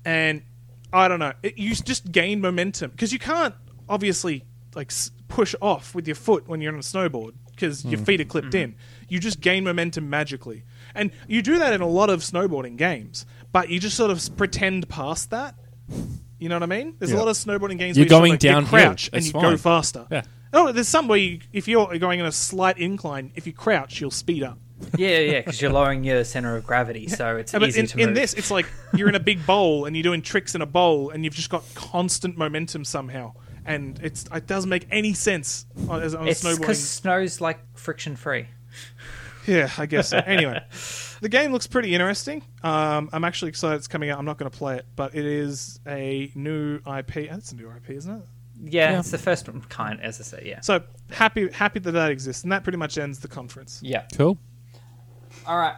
And I don't know, it, you just gain momentum because you can't obviously like s- push off with your foot when you're on a snowboard because your feet are clipped in. You just gain momentum magically, and you do that in a lot of snowboarding games. But you just sort of s- pretend past that. You know what I mean? There's a
Yeah.
lot of snowboarding games.
You're
where you sort of,
going
like, you
downhill.
crouch and
It's
you go
fine.
faster.
Yeah.
Oh, there's some way you, if you're going in a slight incline, if you crouch, you'll speed up.
Yeah, yeah, because you're lowering your center of gravity, so it's
Yeah, but
easy
in,
to move.
in this, it's like you're in a big bowl and you're doing tricks in a bowl, and you've just got constant momentum somehow, and it's it doesn't make any sense on, as on
it's because
snowboarding.
snow's like friction free.
Yeah, I guess. so. Anyway, the game looks pretty interesting. Um, I'm actually excited it's coming out. I'm not going to play it, but it is a new IP. That's a new IP, isn't it?
Yeah, it's the first one kind, as I say. Yeah.
So happy, happy that that exists, and that pretty much ends the conference.
Yeah.
Cool.
All right.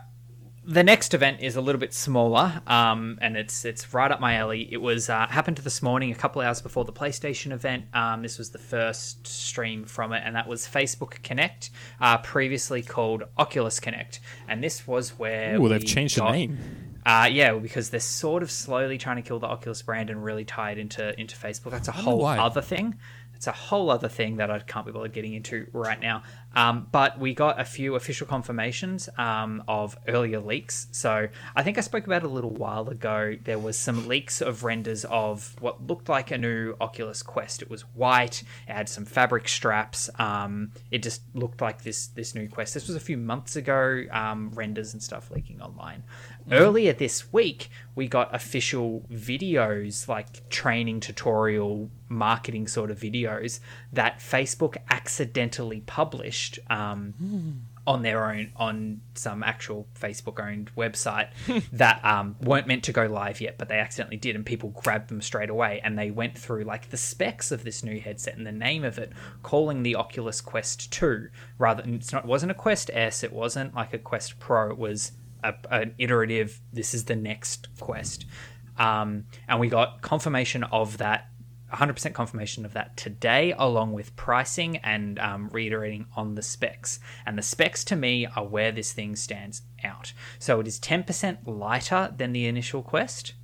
The next event is a little bit smaller, um, and it's it's right up my alley. It was uh, happened this morning, a couple hours before the PlayStation event. Um, this was the first stream from it, and that was Facebook Connect, uh, previously called Oculus Connect, and this was where
Ooh, they've
we
changed the
got-
name.
Uh, yeah, because they're sort of slowly trying to kill the Oculus brand and really tie it into into Facebook. That's a
know
whole
why.
other other thing. It's a whole other thing that I can't be bothered getting into right now. Um, but we got a few official confirmations um, of earlier leaks. So I think I spoke about it a little while ago. There was some leaks of renders of what looked like a new Oculus Quest. It was white. It had some fabric straps. Um, it just looked like this this new Quest. This was a few months ago. Um, renders and stuff leaking online. Mm-hmm. Earlier this week, we got official videos like training tutorial marketing sort of videos that Facebook accidentally published um, on their own on some actual Facebook owned website that um, weren't meant to go live yet, but they accidentally did, and people grabbed them straight away. And they went through like the specs of this new headset and the name of it, calling the Oculus Quest Two rather. and It's not it wasn't a Quest S, it wasn't like a Quest Pro. It was a, an iterative. This is the next Quest. Um, and we got confirmation of that 100% confirmation of that today, along with pricing and um, reiterating on the specs. And the specs to me are where this thing stands out. So it is 10% lighter than the initial Quest.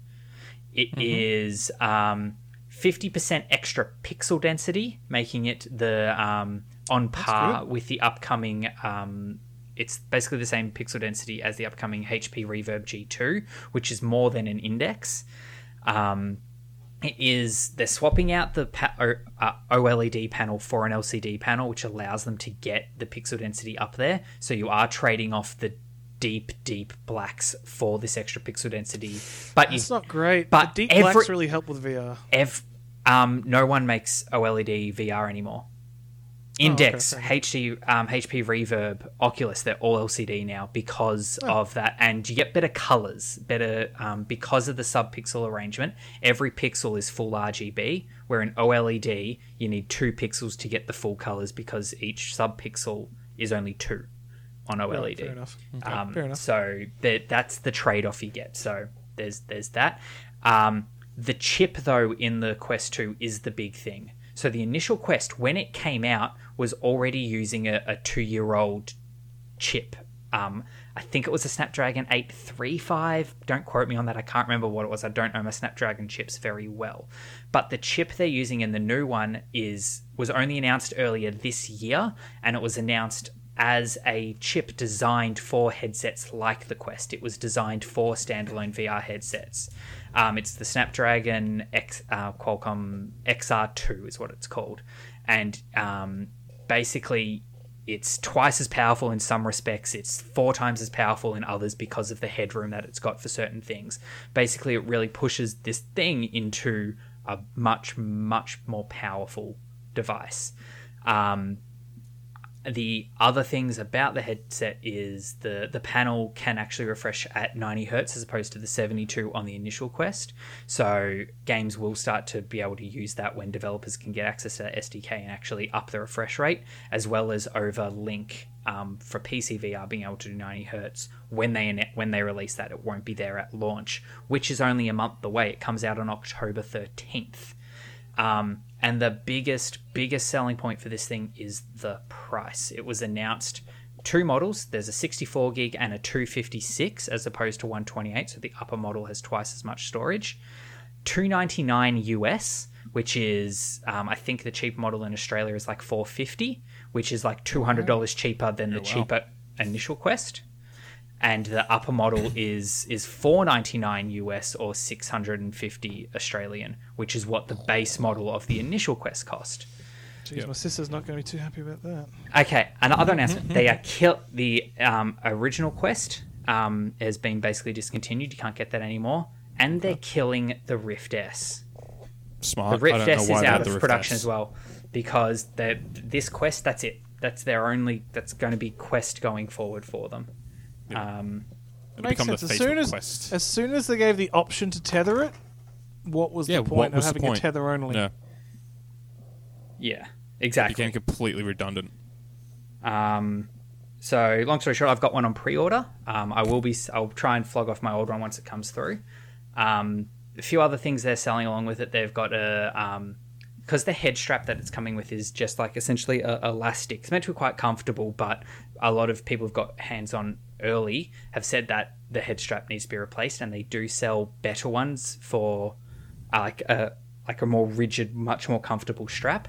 It is um, 50% extra pixel density, making it the um, on par with the upcoming. Um, it's basically the same pixel density as the upcoming HP Reverb G2, which is more than an index. Um, it is they're swapping out the pa- o, uh, OLED panel for an LCD panel, which allows them to get the pixel density up there. So you are trading off the deep, deep blacks for this extra pixel density, but you
It's not great,
But
but deep
every-
blacks really help with VR.
ev- um, no one makes E OLED VR anymore.
Oh,
Index,
fair
HD, um, HP Reverb, Oculus, they're all LCD now because
Oh.
of that. And you get better colors, better um, because of the sub-pixel arrangement. Every pixel is full RGB, where in OLED, you need two pixels to get the full colors because each sub-pixel is only two on OLED.
Right, fair enough. Okay,
Um,
fair enough.
So that that's the trade off you get. So there's there's that. Um, the chip though in the Quest Two is the big thing. So the initial Quest when it came out was already using a, a two year old chip. Um, I think it was a Snapdragon 835. Don't quote me on that. I can't remember what it was. I don't know my Snapdragon chips very well. But the chip they're using in the new one is was only announced earlier this year and it was announced as a chip designed for headsets like the Quest. It was designed for standalone VR headsets. Um, it's the Snapdragon X, uh, Qualcomm XR2 is what it's called. And um, basically it's twice as powerful in some respects it's four times as powerful in others because of the headroom that it's got for certain things basically it really pushes this thing into a much much more powerful device um, the other things about the headset is the the panel can actually refresh at 90 hertz as opposed to the 72 on the initial quest so games will start to be able to use that when developers can get access to that sdk and actually up the refresh rate as well as over link um, for pc vr being able to do 90 hertz when they anno- when they release that it won't be there at launch which is only a month away it comes out on october 13th um, and the biggest, biggest selling point for this thing is the price. It was announced two models. There's a 64 gig and a 256 as opposed to 128. So the upper model has twice as much storage. 299 US, which is um, I think the cheap model in Australia is like 450, which is like $200 cheaper than the cheaper initial Quest. And the upper model is is 499 US or 650 Australian, which is what the base model of the initial Quest cost.
Jeez, my sister's not going to be too happy about that.
Okay, another
Mm-hmm.
announcement. They are kill the um, original quest um, has been basically discontinued. You can't get that anymore, and they're killing the Rift S. The
Smart. I
Rift
don't know
S
why
is
they had
out
the
of
Rift
production
S.
as well because they're- this quest. That's it. That's their only. That's going to be quest going forward for them. Um,
It
Makes
become
sense.
the
As soon
Facebook
as,
Quest.
as soon as they gave the option to tether it, what was
yeah,
the
what
point
was
of having
the point?
a tether only?
Yeah,
yeah,
it
exactly.
became completely redundant.
Um, so long story short, I've got one on pre-order. Um, I will be. I'll try and flog off my old one once it comes through. Um, a few other things they're selling along with it. They've got a because the head strap that it's coming with is just like essentially a, elastic. It's meant to be quite comfortable, but a lot of people have got hands on early have said that the head strap needs to be replaced, and they do sell better ones for uh, like a like a more rigid, much more comfortable strap.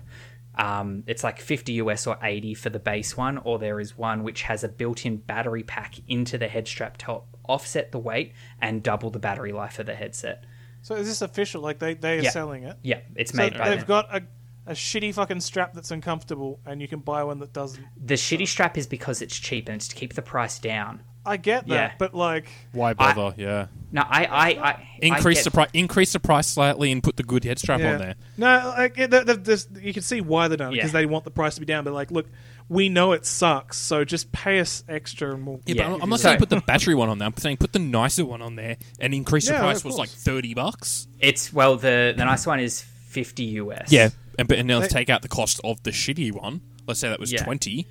Um, it's like 50 US or 80 for the base one, or there is one which has a built-in battery pack into the head strap to offset the weight and double the battery life of the headset.
So is this official? Like they they are
Yeah.
selling it?
Yeah, it's
So
made by
they've
them.
got a, a shitty fucking strap that's uncomfortable, and you can buy one that doesn't.
the shitty strap is because it's cheap and it's to keep the price down.
I get that,
Yeah.
but like,
Why bother? yeah,
No, I, I, I
increase
I
the
get-
price. Increase the price slightly and put the good head strap on
yeah.
there.
no, like it- th- th- this- you can see why they're done because
Yeah.
they want the price to be down. But like, look, we know it sucks, so just pay us extra and we'll.
Yeah,
Yeah.
but I'm- I'm
If
not
you-
saying
So-
put the battery one on there. I'm saying put the nicer one on there and increase the
Yeah,
price
of
was
course.
like thirty bucks.
It's well, the the nice one is 50 US.
Yeah, and but and now let's
They-
take out the cost of the shitty one. Let's say that was
Yeah.
twenty.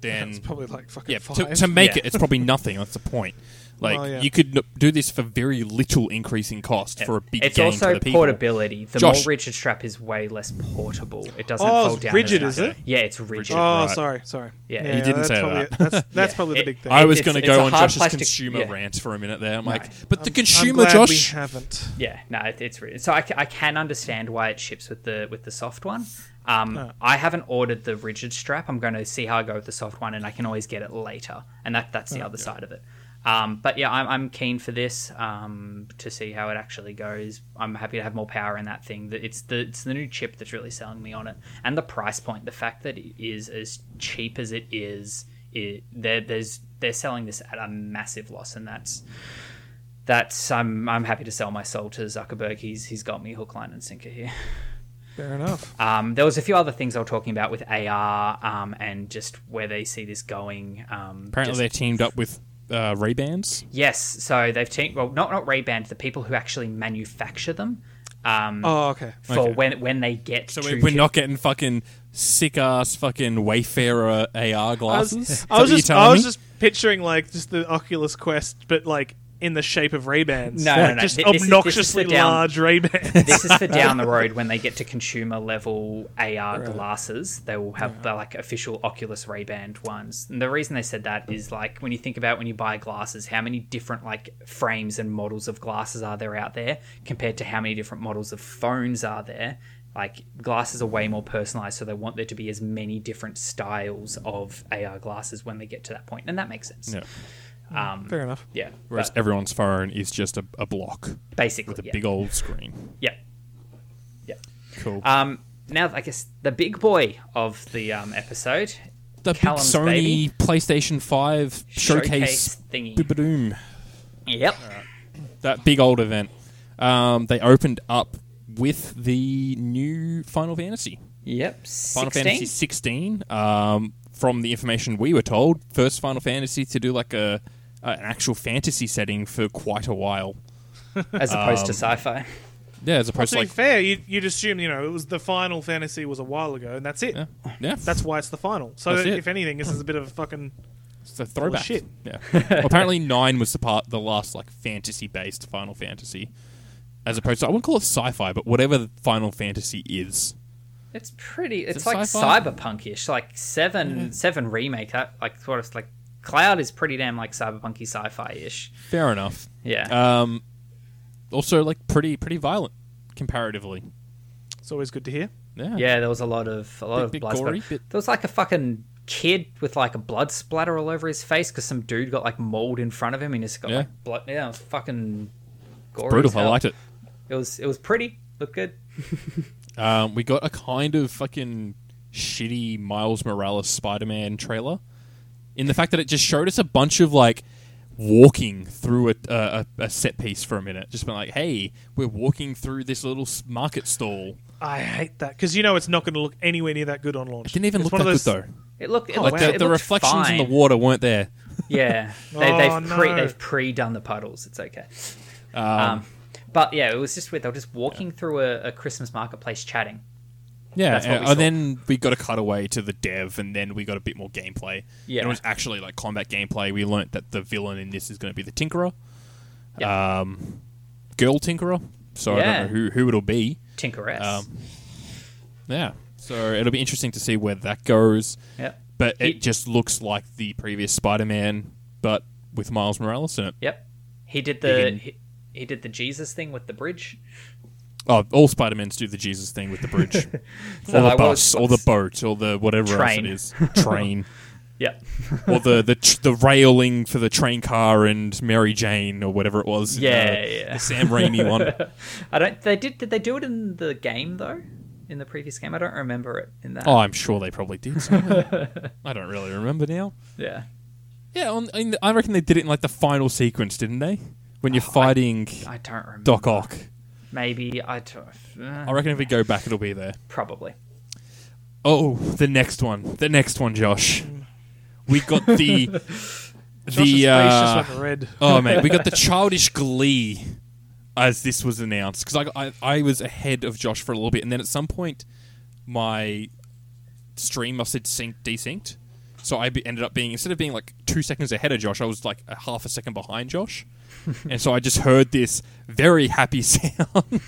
Then
It's probably like fucking
yeah,
five.
to, to make
Yeah.
it, it's probably nothing. That's the point. Like
Well, yeah.
you could n- do this for very little increase in cost for a big
It's
gain
also
to the people.
portability. The
Josh-
more rigid strap is way less portable. It doesn't
Oh,
fold
it's
down.
rigid,
as
is
much.
it?
Yeah, it's rigid.
oh,
Right.
sorry, sorry.
Yeah.
You didn't
that's
say
probably,
that.
That's, that's
Yeah.
probably
It-
the big thing.
I was
It's-
going to
it's
go
a
on
hard
Josh's
plastic-
consumer
yeah.
rant for a minute there. I'm like,
No.
but the
I'm
consumer,
glad
Josh.
we haven't.
Yeah, no, it, it's really, so I, ca- I can understand why it ships with the with the soft one. Um,
Huh.
I haven't ordered the rigid strap. I'm going to see how I go with the soft one, and I can always get it later. And that that's the other side of it. Um, but yeah, I'm, I'm keen for this um, to see how it actually goes. I'm happy to have more power in that thing. The- It's the it's the new chip that's really selling me on it, and the price point. The fact that it is as cheap as it is, it, they're, there's they're selling this at a massive loss, and that's that's I'm I'm happy to sell my soul to Zuckerberg. He's he's got me hook, line, and sinker here.
Fair enough.
Um, there was a few other things I was talking about with AR um, and just where they see this going. Um,
Apparently,
just-
they teamed up with uh, Ray Bans.
yes, so they've teamed well not not Ray Ban, the people who actually manufacture them um,
Oh, okay.
for
okay.
when when they get
So
to
we're, we're
to-
not getting fucking sick ass fucking Wayfarer AR
I was,
glasses. Is
I was
that what you're
just,
telling
I was
me?
just picturing like just the Oculus Quest, but like in the shape of Ray Bans.
No, no, no.
just
Th- this is- this is the
obnoxiously
down-
large Ray Bans.
this is for down the road when they get to consumer level AR glasses. They will have the like official Oculus Ray Ban ones. And the reason they said that is like when you think about when you buy glasses, how many different like frames and models of glasses are there out there compared to how many different models of phones are there. Like glasses are way more personalized, so they want there to be as many different styles of AR glasses when they get to that point, and that makes sense.
Yeah.
Um,
Fair enough.
yeah,
Whereas
but
everyone's phone is just a, a block
basically,
with a
yeah.
big old screen.
yeah, yeah.
Cool.
Uh,
Um, now, I guess the big boy of the um, episode,
the big
Callum's
Sony
baby.
PlayStation Five
Showcase
showcase,
thingy.
Boom.
Yep.
That big old event. Um, they opened up with the new Final Fantasy.
Yep.
Final
16?
Fantasy 16. Um, from the information we were told, first Final Fantasy to do like a an actual fantasy setting for quite a while.
as opposed to
Um,
sci-fi.
Yeah, as opposed
To
to
be
like
fair, you'd, you'd assume you know it was the final fantasy was a while ago, and that's it.
yeah, yeah,
That's why it's the final. So
That's it.
if anything, this is a bit of a fucking
It's a throwback.
shit.
Yeah. Well, apparently, nine was the part, the last like fantasy-based Final Fantasy, as opposed to I wouldn't call it sci-fi, but whatever Final Fantasy is.
It's pretty. It's
it
like
sci-fi?
cyberpunkish, like seven seven remake. That like sort of like Cloud is pretty damn like cyberpunky sci-fi ish.
Fair enough.
Yeah.
Um, also, like pretty pretty violent comparatively.
It's always good to hear.
Yeah.
yeah, there was a lot of a lot
Bit-
of
bit
blood
gory,
splatter.
bit-
There was like a fucking kid with like a blood splatter all over his face because some dude got like mold in front of him and it's got
Yeah.
like blood. Yeah, it was fucking gory. as
Brutal. I
hell.
liked it.
It was it was pretty. Looked good.
Um, we got a kind of fucking shitty Miles Morales Spider-Man trailer, in the fact that it just showed us a bunch of like walking through a, a, a set piece for a minute. Just been like, hey, we're walking through this little s- market stall.
I hate that because you know it's not going to look anywhere near that good on launch.
It didn't even
It's
look
one
that
of those-
good though.
It looked it
Oh,
looked,
wow.
The,
it
the
looked
reflections
fine.
in the water weren't there.
Yeah, they,
Oh,
they've pre
no.
they've pre done the puddles. It's okay. Um, but yeah, it was just weird. They were just walking through a, a Christmas marketplace chatting.
Yeah,
That's what
and,
we saw.
and then we got a cutaway to the dev, and then we got a bit more gameplay.
Yeah.
and it was actually like combat gameplay. We learnt that the villain in this is going to be the Tinkerer,
Yeah.
um, girl Tinkerer. So I
Yeah.
don't know who who it'll be.
Tinker S.
Um, Yeah, so it'll be interesting to see where that goes.
yep.
But it,
It-
just looks like the previous Spider-Man, but with Miles Morales in it.
Yep. He did the
He-
he, he did the Jesus thing with the bridge.
Oh, all Spider-Mens do the Jesus thing with the bridge,
No,
or
I
the
was-
bus, or the boat, or the whatever
Train.
else it is, train.
Yep.
or the the tr- the railing for the train car and Mary Jane or whatever it was. in, uh,
Yeah, yeah.
The Sam Raimi one.
I don't. They did. Did they do it in the game though? In the previous game, I don't remember it in that.
Oh, I'm sure they probably did. somewhere. I don't really remember now.
Yeah.
Yeah, on, in the, I reckon they did it in like the final sequence, didn't they? When you're fighting
Oh, I don't remember.
Doc Ock.
Maybe I don't. uh,
I reckon if we go back, it'll be there.
probably.
Oh, the next one. The next one, Josh. We got the
Josh's face
the uh,
just went red.
Oh man, we got the childish glee as this was announced because I, I I was ahead of Josh for a little bit, and then at some point my stream must have synced desynced, so I be, ended up being instead of being like two seconds ahead of Josh, I was like a half a second behind Josh, and so I just heard this very happy sound,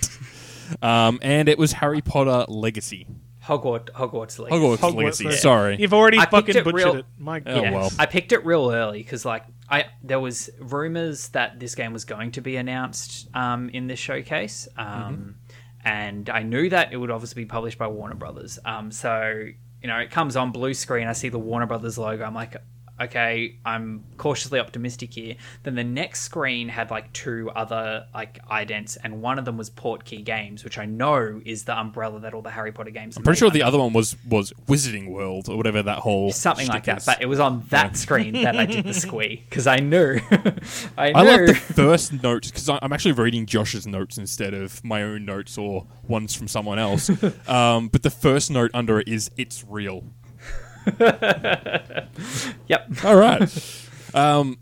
um, and it was Harry Potter Legacy.
Hogwarts. Hogwarts Legacy.
Hogwarts,
Hogwarts
Legacy.
Legacy.
Sorry.
You've already
I
fucking
picked it
butchered
real-
it. My
Oh,
God.
yeah,
well.
I picked it real early because like I there was rumors that this game was going to be announced um, in this showcase, um,
Mm-hmm.
and I knew that it would obviously be published by Warner Brothers. Um, so you know, it comes on blue screen. I see the Warner Brothers logo. I'm like. Okay, I'm cautiously optimistic here. Then the next screen had like two other like idents, and one of them was Portkey Games, which I know is the umbrella that all the Harry Potter games.
I'm pretty sure the other one was was Wizarding World or whatever that whole
something like
shtick
that.
is.
But it was on that screen that I did the squee because I knew, I
I
knew.
like the first note because I'm actually reading Josh's notes instead of my own notes or ones from someone else. um, but the first note under it is "It's real."
yep.
All right. um,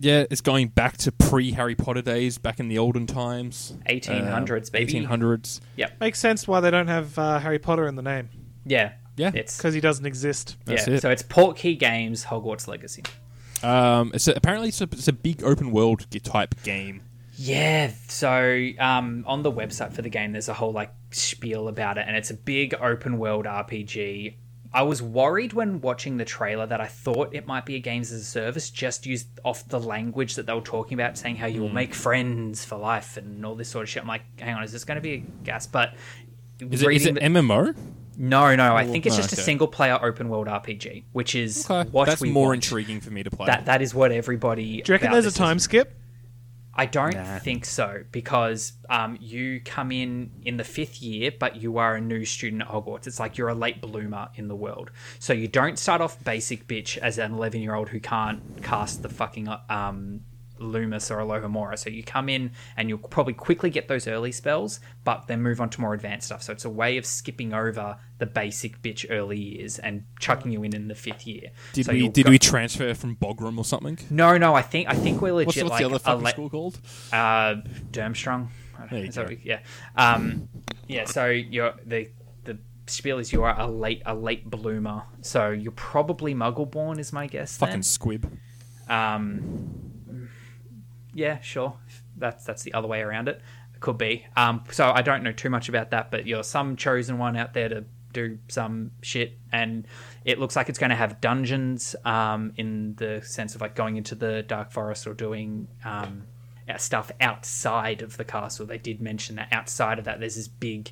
yeah, it's going back to pre Harry Potter days, back in the olden times, Uh,
1800s, baby.
1800s.
Yep.
Makes sense why they don't have uh, Harry Potter in the name
Yeah.
Yeah.
It's
because he doesn't exist.
That's
yeah.
it.
So it's Portkey Games, Hogwarts Legacy.
Um, it's a, apparently it's a, it's a big open world g- type game.
Yeah. So um, on the website for the game, there's a whole like spiel about it, and it's a big open world RPG. I was worried when watching the trailer that I thought it might be a games as a service, just used off the language that they were talking about, saying how you will make friends for life and all this sort of shit. I'm like, hang on, is this going to be a gas? But
Is it, is it
the-
MMO?
no, no, I think it's
no,
just a
okay.
single player open world RPG, which is
Okay.
what
That's
we
more
want.
intriguing for me to play.
That that is what everybody.
Do you reckon
about
there's a
this is-
time skip?
I don't
Nah.
think so because um, you come in in the fifth year, but you are a new student at Hogwarts. It's like you're a late bloomer in the world, so you don't start off basic bitch as an eleven year old who can't cast the fucking um, Loomis or Alohomora. So you come in and you'll probably quickly get those early spells, but then move on to more advanced stuff. So it's a way of skipping over the basic bitch early years and chucking you in in the fifth year.
did
So
we
you'll
did
go-
we transfer from Bogram or something?
No, no. I think I think we're legit
What's, what's
like
the other
a
fucking
le-
school called?
uh, Durmstrong. I don't-
There you
is that
go.
what- yeah, um, yeah. So you're the the spiel is you are a late a late bloomer, so you're probably Muggleborn, is my guess.
Fucking
Then.
squib.
Um, yeah, sure. That's that's the other way around it. It could be. Um, so I don't know too much about that, but you're some chosen one out there to do some shit, and it looks like it's going to have dungeons um, in the sense of like going into the dark forest or doing um, uh, stuff outside of the castle. They did mention that outside of that, there's this big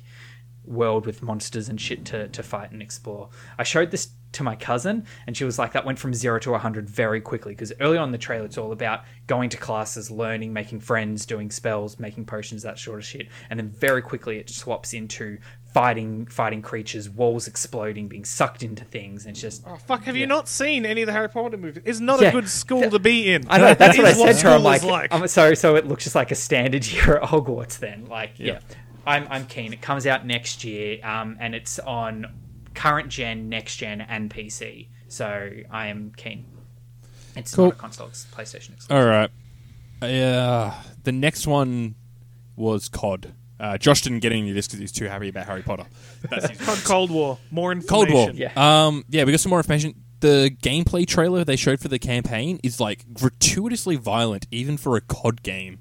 world with monsters and shit to, to fight and explore. I showed this to my cousin, and she was like, that went from zero to 100 very quickly. Because early on in the trailer, it's all about going to classes, learning, making friends, doing spells, making potions, that sort of shit. And then very quickly, it swaps into fighting fighting creatures, walls exploding, being sucked into things. And it's just.
Oh, fuck, have you not seen any of the Harry Potter movies? It's not
Yeah.
a good school to be in.
I know that's
That
what I
is
said to her. I'm
school is
like, I'm sorry. So it looks just like a standard year at Hogwarts. Then, like, yeah, I'm I'm keen. It comes out next year, um, and it's on current gen, next gen, and PC. So I am keen. It's
Cool.
not a console; it's PlayStation exclusive.
All right. Yeah. The next one was COD. Uh, Josh didn't get any of this because he's too happy about Harry Potter. That's his
Cod Cold War. More
Cold
information.
War.
Yeah.
Um, yeah, we got some more information. The gameplay trailer they showed for the campaign is like gratuitously violent, even for a COD game.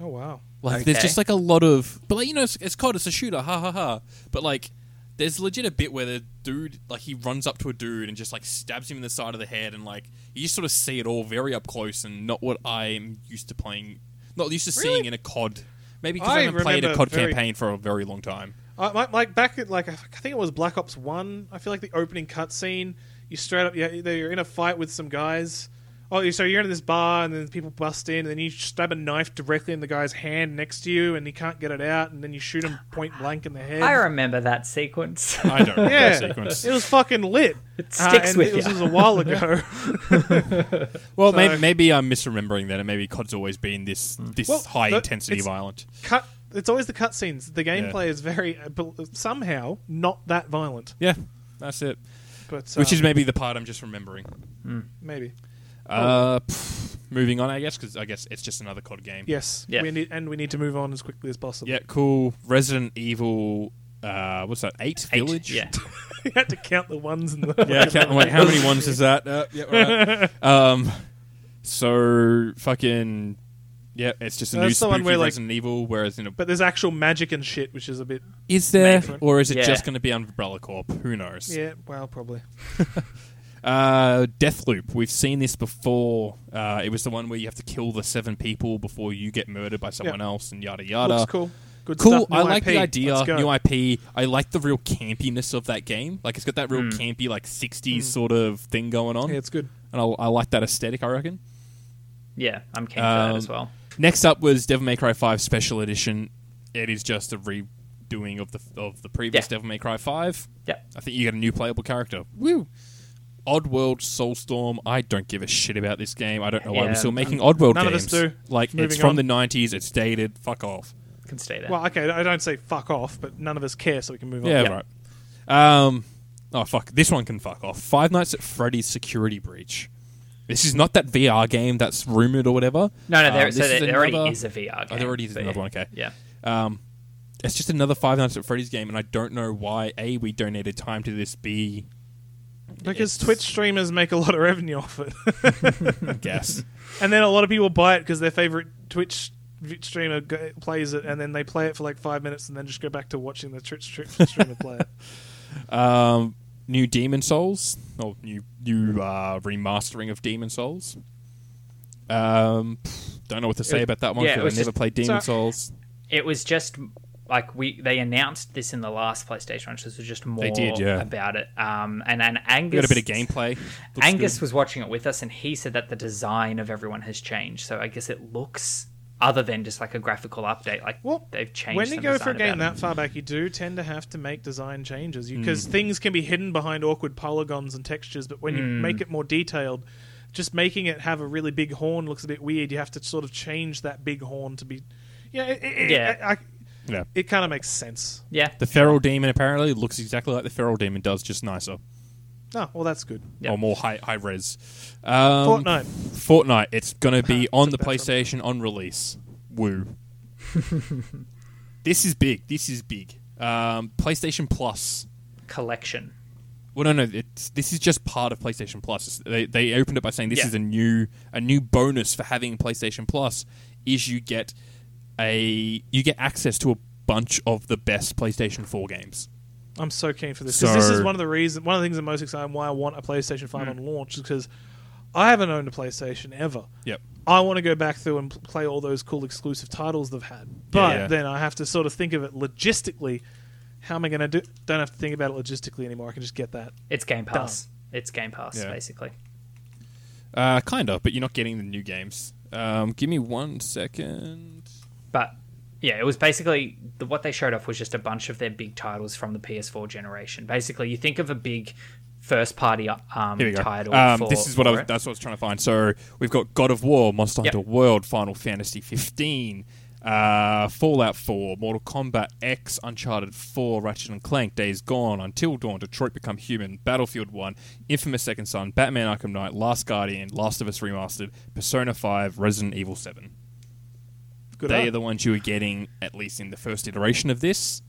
Oh, wow.
Like,
Okay.
there's just like a lot of, but like you know, it's, it's COD, it's a shooter, ha ha ha. But like, there's legit a bit where the dude, like, he runs up to a dude and just like stabs him in the side of the head, and like, you just sort of see it all very up close, and not what I'm used to playing, not used to seeing in a COD. Maybe because I,
I
haven't played a
remember
COD
very-
campaign for a very long time.
I, my, Uh, like back at like I think it was Black Ops One. I feel like the opening cutscene. You straight up, yeah, either you're in a fight with some guys. Oh, so you're in this bar, and then people bust in, and then you stab a knife directly in the guy's hand next to you, and he can't get it out, and then you shoot him point blank in the head.
I remember that sequence.
I don't remember
yeah,
that sequence.
it was fucking lit. Uh,
It sticks
and
with
it was,
ya.
it was a while ago.
Well,
So-
maybe, maybe I'm misremembering that, and maybe COD's always been this this
Well,
high
the-
intensity
it's-
violent.
Cut. It's always the cutscenes. The gameplay is very uh, bel- somehow not that violent,
Yeah, that's it.
but
Which
um,
is maybe the part I'm just remembering.
maybe Oh.
Uh, pff, moving on, I guess, because I guess it's just another COD game.
yes.
Yeah.
We need, and we need to move on as quickly as possible.
Yeah, cool. Resident Evil. Uh, what's that? Eight,
Eight,
Village.
yeah.
you had to count the ones and the
Yeah, I can't, I'm like, how many ones is that? Uh, yeah, alright. um, so fucking yeah, it's just a
That's
new
the
spooky
one where, like-
Resident Evil. Whereas in a,
But there's actual magic and shit, which is a bit.
is there
Maybe.
or is it
Yeah.
just going to be Umbrella Corp? Who knows?
Yeah, well, probably.
Uh, Deathloop. We've seen this before. Uh, it was the one where you have to kill the seven people before you get murdered by someone
Yeah.
else, and yada yada.
Looks cool. Good
uh, Cool.
stuff. New
I like
IP.
the idea.
Let's go.
New IP. I like the real campiness of that game. Like it's got that real campy, like '60s sort of thing going on,
Hmm. Yeah, it's good.
and I, I like that aesthetic. I reckon.
yeah, I'm keen for that
Um,
as well.
Next up was Devil May Cry 5 Special Edition. It is just a redoing of the of the previous
Yeah.
Devil May Cry 5.
Yeah.
I think you get a new playable character. Woo. Oddworld Soulstorm. I don't give a shit about this game. I don't know why
Yeah,
we're still
um,
making Oddworld
none of us
games.
do.
Like it's
Moving
from
on.
the 90s. It's dated. Fuck off.
Can stay there.
Well, okay, I don't say fuck off, but none of us care, so we can move on.
Yeah, right. Um, oh fuck, this one can fuck off. Five Nights at Freddy's Security Breach. This is not that VR game that's rumored or whatever.
no, no,
Um,
there,
this
so there, there already
another-
is a VR game.
Oh, there already is
but
another
yeah.
one. Okay.
Yeah.
Um, it's just another Five Nights at Freddy's game, and I don't know why. A, we donated time to this. B,
Because
it's-
Twitch streamers make a lot of revenue off it,
I guess.
and then a lot of people buy it because their favorite Twitch v- streamer go- plays it, and then they play it for like five minutes, and then just go back to watching the Twitch tr- streamer play it.
um, new Demon Souls, or new new uh, remastering of Demon Souls. Um, pff, don't know what to say
It-
about that one
yeah, it
because
was
I never
just-
played Demon
so-
Souls.
it was just like we they announced this in the last PlayStation launch. This was just more
did, yeah.
about it. Um, and and
We
Angus
got a bit of gameplay. Looks
Angus
good.
was watching it with us, and he said that the design of everyone has changed. So I guess it looks other than just like a graphical update. Like
Well,
they've changed.
When
the
you go for a
design
game
about
that far back, you do tend to have to make design changes because
Mm.
things can be hidden behind awkward polygons and textures. But when you
Mm.
make it more detailed, just making it have a really big horn looks a bit weird. You have to sort of change that big horn to be, yeah, it, it,
Yeah.
yeah. I,
Yeah.
it kind of makes sense.
it. yeah.
The Feral Demon apparently looks exactly like the Feral Demon does, just nicer
Oh, well, that's good.
Yeah.
or more high high res. Um,
Fortnite.
Fortnite. It's going to be on the
Took that from
PlayStation on release. Woo. this is big. This is big. Um, PlayStation Plus.
collection.
Well, no, no. It's, this is just part of PlayStation Plus. It's- They, they opened it by saying this
Yeah.
is a new a new bonus for having PlayStation Plus is you get a you get access to a bunch of the best PlayStation Four games.
I'm so keen for this. 'Cause this
So- Mm.
is one of the reasons, one of the things I'm most excited why I want a PlayStation 5 on launch is because I haven't owned a PlayStation ever.
Yep.
I want to go back through and pl- play all those cool exclusive titles they've had. But
yeah.
then I have to sort of think of it logistically. How am I going to do? Don't have to think about it logistically anymore. I can just get that.
It's Game Pass. It's Game Pass,
Yeah.
basically.
Uh, kind of, but you're not getting the new games. Um, give me one second.
But yeah, it was basically the, what they showed off was just a bunch of their big titles from the PS4 generation. Basically, you think of a big first party um,
Here we go.
title.
Um,
for,
this is what
for
I was,
it.
that's what I was trying to find. So we've got God of War, Monster
Yep.
Hunter World, Final Fantasy 15, uh, Fallout 4, Mortal Kombat X, Uncharted 4, Ratchet and Clank, Days Gone, Until Dawn, Detroit Become Human, Battlefield 1, Infamous Second Son, Batman Arkham Knight, Last Guardian, Last of Us Remastered, Persona 5, Resident Evil 7.
Good.
they
art.
are the ones you were getting at least in the first iteration of this.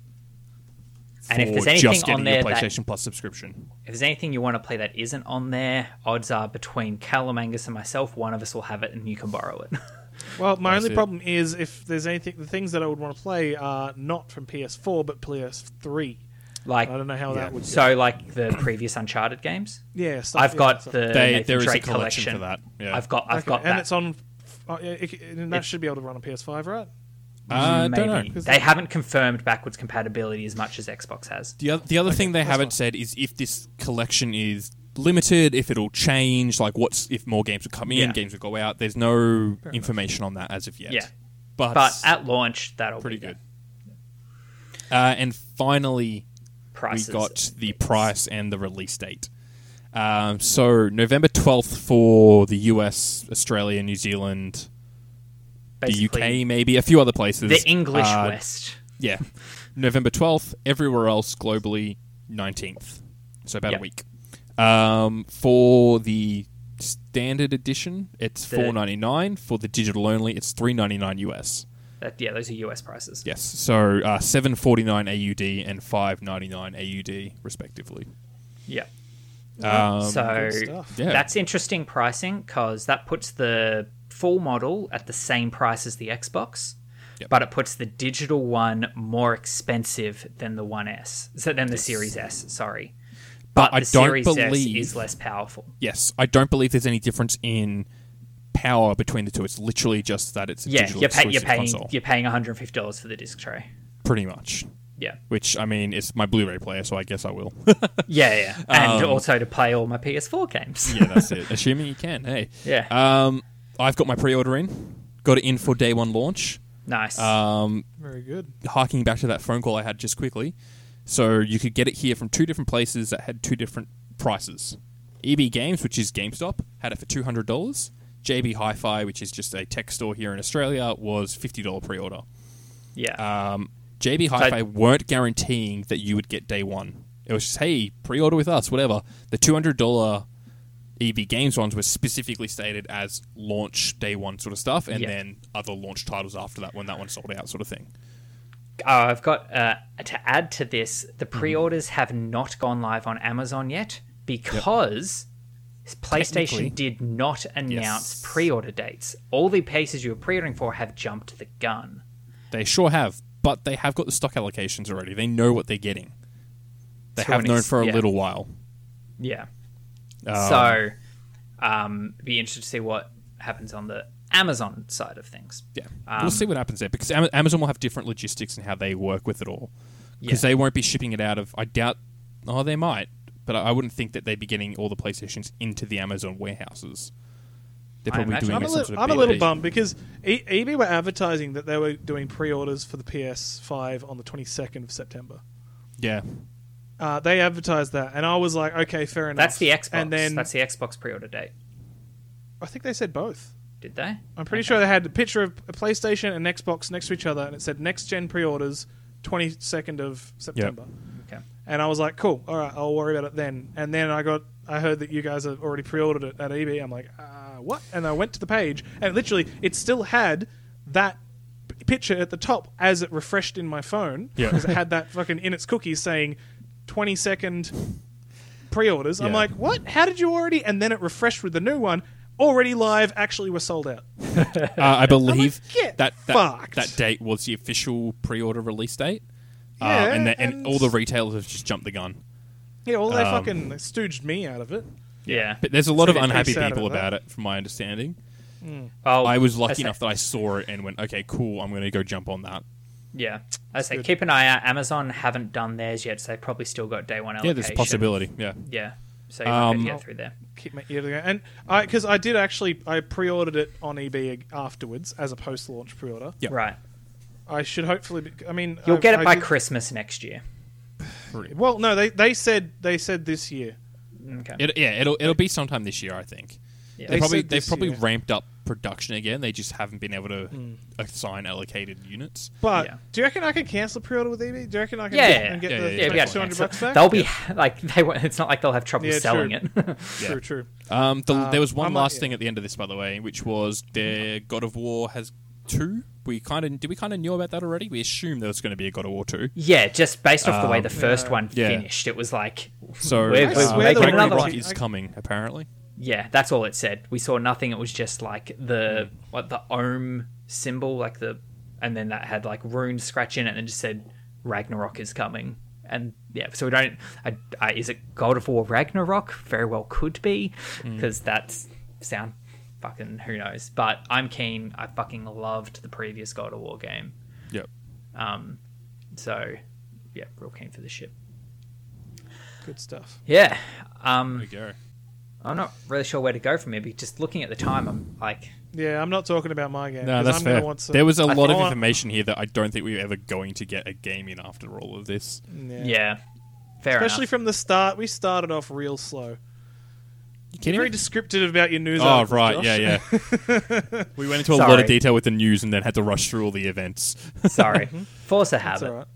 And if
for
there's anything
just getting
on
your
there that-
PlayStation Plus subscription,
If there's anything you want to play that isn't on there, odds are between Callum Angus and myself, one of us will have it and you can borrow it.
well, my
That's
only
it.
problem is if there's anything, the things that I would want to play are not from PS4 but PS3.
like
I don't know how
Yeah.
that would.
so, like the previous Uncharted games.
Yeah, stuff,
I've
yeah,
got
stuff.
the
They-
Nathan
there is a
Drake
collection for that, yeah.
I've got I've
Okay,
got
and
that.
it's on. Uh, it, it- and that should be able to run on PS5, right?
uh,
Maybe.
don't know.
They haven't confirmed backwards compatibility as much as Xbox has.
The other, the other thing they
that's
haven't
fine.
said is if this collection is limited, if it'll change, like what's if more games will come in,
Yeah.
games will go out. There's no information on that as of yet.
Yeah.
but,
But at launch, that'll
pretty
be there.
good. Uh, and finally,
Prices.
we got the price and the release date. Um, so November twelfth for the U.S., Australia, New Zealand, the
Basically,
UK, maybe a few other places.
the English
Uh,
West.
Yeah, November twelfth. Everywhere else globally, nineteenth. So about
Yep.
a week. Um, for the standard edition, it's
The-
four ninety nine. For the digital only, it's three ninety nine US.
That, yeah, those are US prices.
Yes, so uh, seven forty nine AUD and five ninety nine AUD respectively.
Yeah.
Um,
so
good stuff.
Yeah.
that's interesting pricing because that puts the full model at the same price as the Xbox,
Yep.
but it puts the digital one more expensive than the One S, so than the Series S. Sorry, but,
I
the
don't
Series
believe-
S is less powerful.
yes, I don't believe there's any difference in power between the two. It's literally just that it's a
Yeah,
digital
you're, pay- you're
exclusive
paying
console,
you're paying 150 dollars for the disc tray.
pretty much.
Yeah,
Which I mean, it's my Blu-ray player, so I guess I will.
yeah, yeah,
Um,
and also to play all my PS4 games.
yeah, that's it. Assuming you can, hey.
Yeah.
Um, I've got my pre-order in. Got it in for day one launch.
nice.
Um,
Very good.
harking back to that phone call I had just quickly, so you could get it here from two different places that had two different prices. EB Games, which is GameStop, had it for two hundred dollars. JB Hi-Fi, which is just a tech store here in Australia, was fifty dollar pre-order.
yeah,
Um, JB Hi-Fi weren't guaranteeing that you would get day one. It was just, hey, pre-order with us, whatever. The two hundred dollar EB Games ones were specifically stated as launch day one sort of stuff, and
Yeah.
then other launch titles after that when that one sold out, sort of thing.
Oh, I've got uh, to add to this. The
Mm-hmm.
pre-orders have not gone live on Amazon yet because
Technically.
PlayStation did not announce
Yes.
pre-order dates. All the pieces you were pre-ordering for have jumped the gun.
They sure have, but they have got the stock allocations already. They know what they're getting. They
To
have
an
known
ex-
for a
yeah.
little while.
Yeah.
Um,
so, um, be interested to see what happens on the Amazon side of things.
Yeah,
Um,
we'll see what happens there because Ama- Amazon will have different logistics and how they work with it all. Because
Yeah.
they won't be shipping it out of. I doubt. Oh, they might, but I I wouldn't think that they'd be getting all the PlayStations into the Amazon warehouses. They're
I
probably
imagine-
doing
I'm
it
a,
some
little,
sort of
I'm a little
B2B.
bummed because e- EB were advertising that they were doing pre-orders for the PS5 on the 22nd of September.
Yeah,
Uh, they advertised that, and I was like, okay, fair enough.
That's the Xbox.
And then
That's the Xbox pre-order date.
I think they said both.
Did they?
Uh,
I'm pretty sure they had a picture of a PlayStation and Xbox next to each other, and it said next gen pre-orders 22nd of September.
Okay.
And I was like, cool, all right, I'll worry about it then. And then I got, I heard that you guys have already pre-ordered it at EB. I'm like, uh, what? And I went to the page, and literally, it still had that p- picture at the top as it refreshed in my phone
Yeah.
because it had that fucking in its cookies saying 22nd pre-orders. I'm
Yeah.
like, what? How did you already? And then it refreshed with the new one. Already live, actually, we're sold out.
uh, I believe
get
that that,
fucked.
that date was the official pre-order release date. um,
Yeah,
and, the, and
and-
all the retailers have just jumped the gun.
Yeah, well, they
Um,
fucking stooged me out of it.
Yeah.
But there's a lot
So
of
you're pretty
unhappy
sad
people
about
about, it, from my understanding.
Oh,
I was
that's
lucky
it.
enough that I saw it and went, okay, cool, I'm going to go jump on that.
Yeah, I say
good.
keep an eye out. Amazon haven't done theirs yet, so they probably still got day one allocation.
Yeah, there's a possibility. Yeah.
Yeah, so you might be able to
Um,
get through there.
Keep my ear to the ground. And I, because I did actually, I pre-ordered it on eBay afterwards as a post-launch pre-order.
Yep.
Right,
I should hopefully. Be, I mean,
you'll
I-
get it
I
by
did-
Christmas next year.
Well, no, they they said they said this year.
Okay.
It, yeah, it'll it'll be sometime this year, I think.
Yeah.
They
They
probably
said
they've
this
probably
year.
ramped up production again. They just haven't been able to assign allocated units.
But
Yeah.
do you reckon I can cancel the pre-order with eBay? Do you reckon I can
Yeah,
get,
yeah,
and get
yeah.
the
Yeah,
yeah, we
yeah,
got
two hundred bucks back?
They'll be like they. won't- It's not like they'll have trouble
Yeah,
selling
true.
it.
Yeah.
True, true.
Um, the,
Uh,
there was
I
one
might-
last
yeah.
thing at the end of this, by the way, which was their God of War has two. We kind of did we kind of knew about that already. We assumed there was going to be a God of War two.
yeah, just based off the way the first
Um, yeah.
one
Yeah.
finished, it was like,
So
We're-
uh,
we're
making
Ragnarok
another one.
is
I-
coming apparently.
yeah, that's all it said. We saw nothing. It was just like the what the ohm symbol, like the, and then that had like runes scratch in it, and it just said Ragnarok is coming. And yeah, so we don't. I, I, is it God of War Ragnarok? Very well could be, because that's sound fucking who knows. But I'm keen. I fucking loved the previous God of War game,
Yep.
so yeah, real keen for this shit.
Good stuff.
Yeah. Um,
There we go.
I'm not really sure where to go from here. But just looking at the time, I'm like,
Yeah, I'm not talking about my game.
No,
'cause
that's
I'm
fair.
Gonna want some,
there was a
I
lot of
think-
information here that I don't think we were ever going to get a game in after all of this.
yeah, fair
Especially
enough.
from the start, we started off real slow.
You
Very descriptive about your news.
Oh
articles,
right,
Josh.
yeah, yeah. we went into a lot
Sorry.
of detail with the news and then had to rush through all the events.
Sorry, Forza
That's
Mm-hmm. habit.
all right.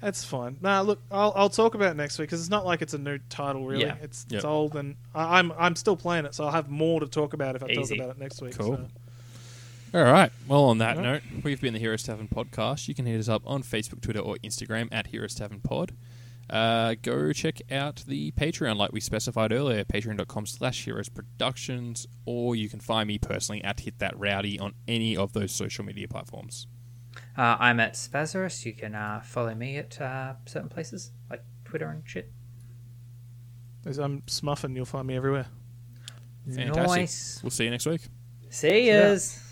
That's fine. Nah, look, I'll, I'll talk about it next week because it's not like it's a new title, really.
Yeah.
It's
Yep.
it's old, and I, I'm I'm still playing it, so I'll have more to talk about if I
Easy.
talk about it next week.
Cool.
so.
All right. Well, on that
All
note, we've been the Heroes Tavern podcast. You can hit us up on Facebook, Twitter, or Instagram at Heroes Tavern Pod. Uh, go check out the Patreon, like we specified earlier, patreon.com slash heroes productions, or you can find me personally at Hit That Rowdy on any of those social media platforms.
Uh, I'm at Spazarus. You can uh, follow me at uh, certain places like Twitter and shit.
As I'm smuffing, you'll find me everywhere.
Fantastic.
Nice.
We'll see you next week.
See
Yeah.
yas.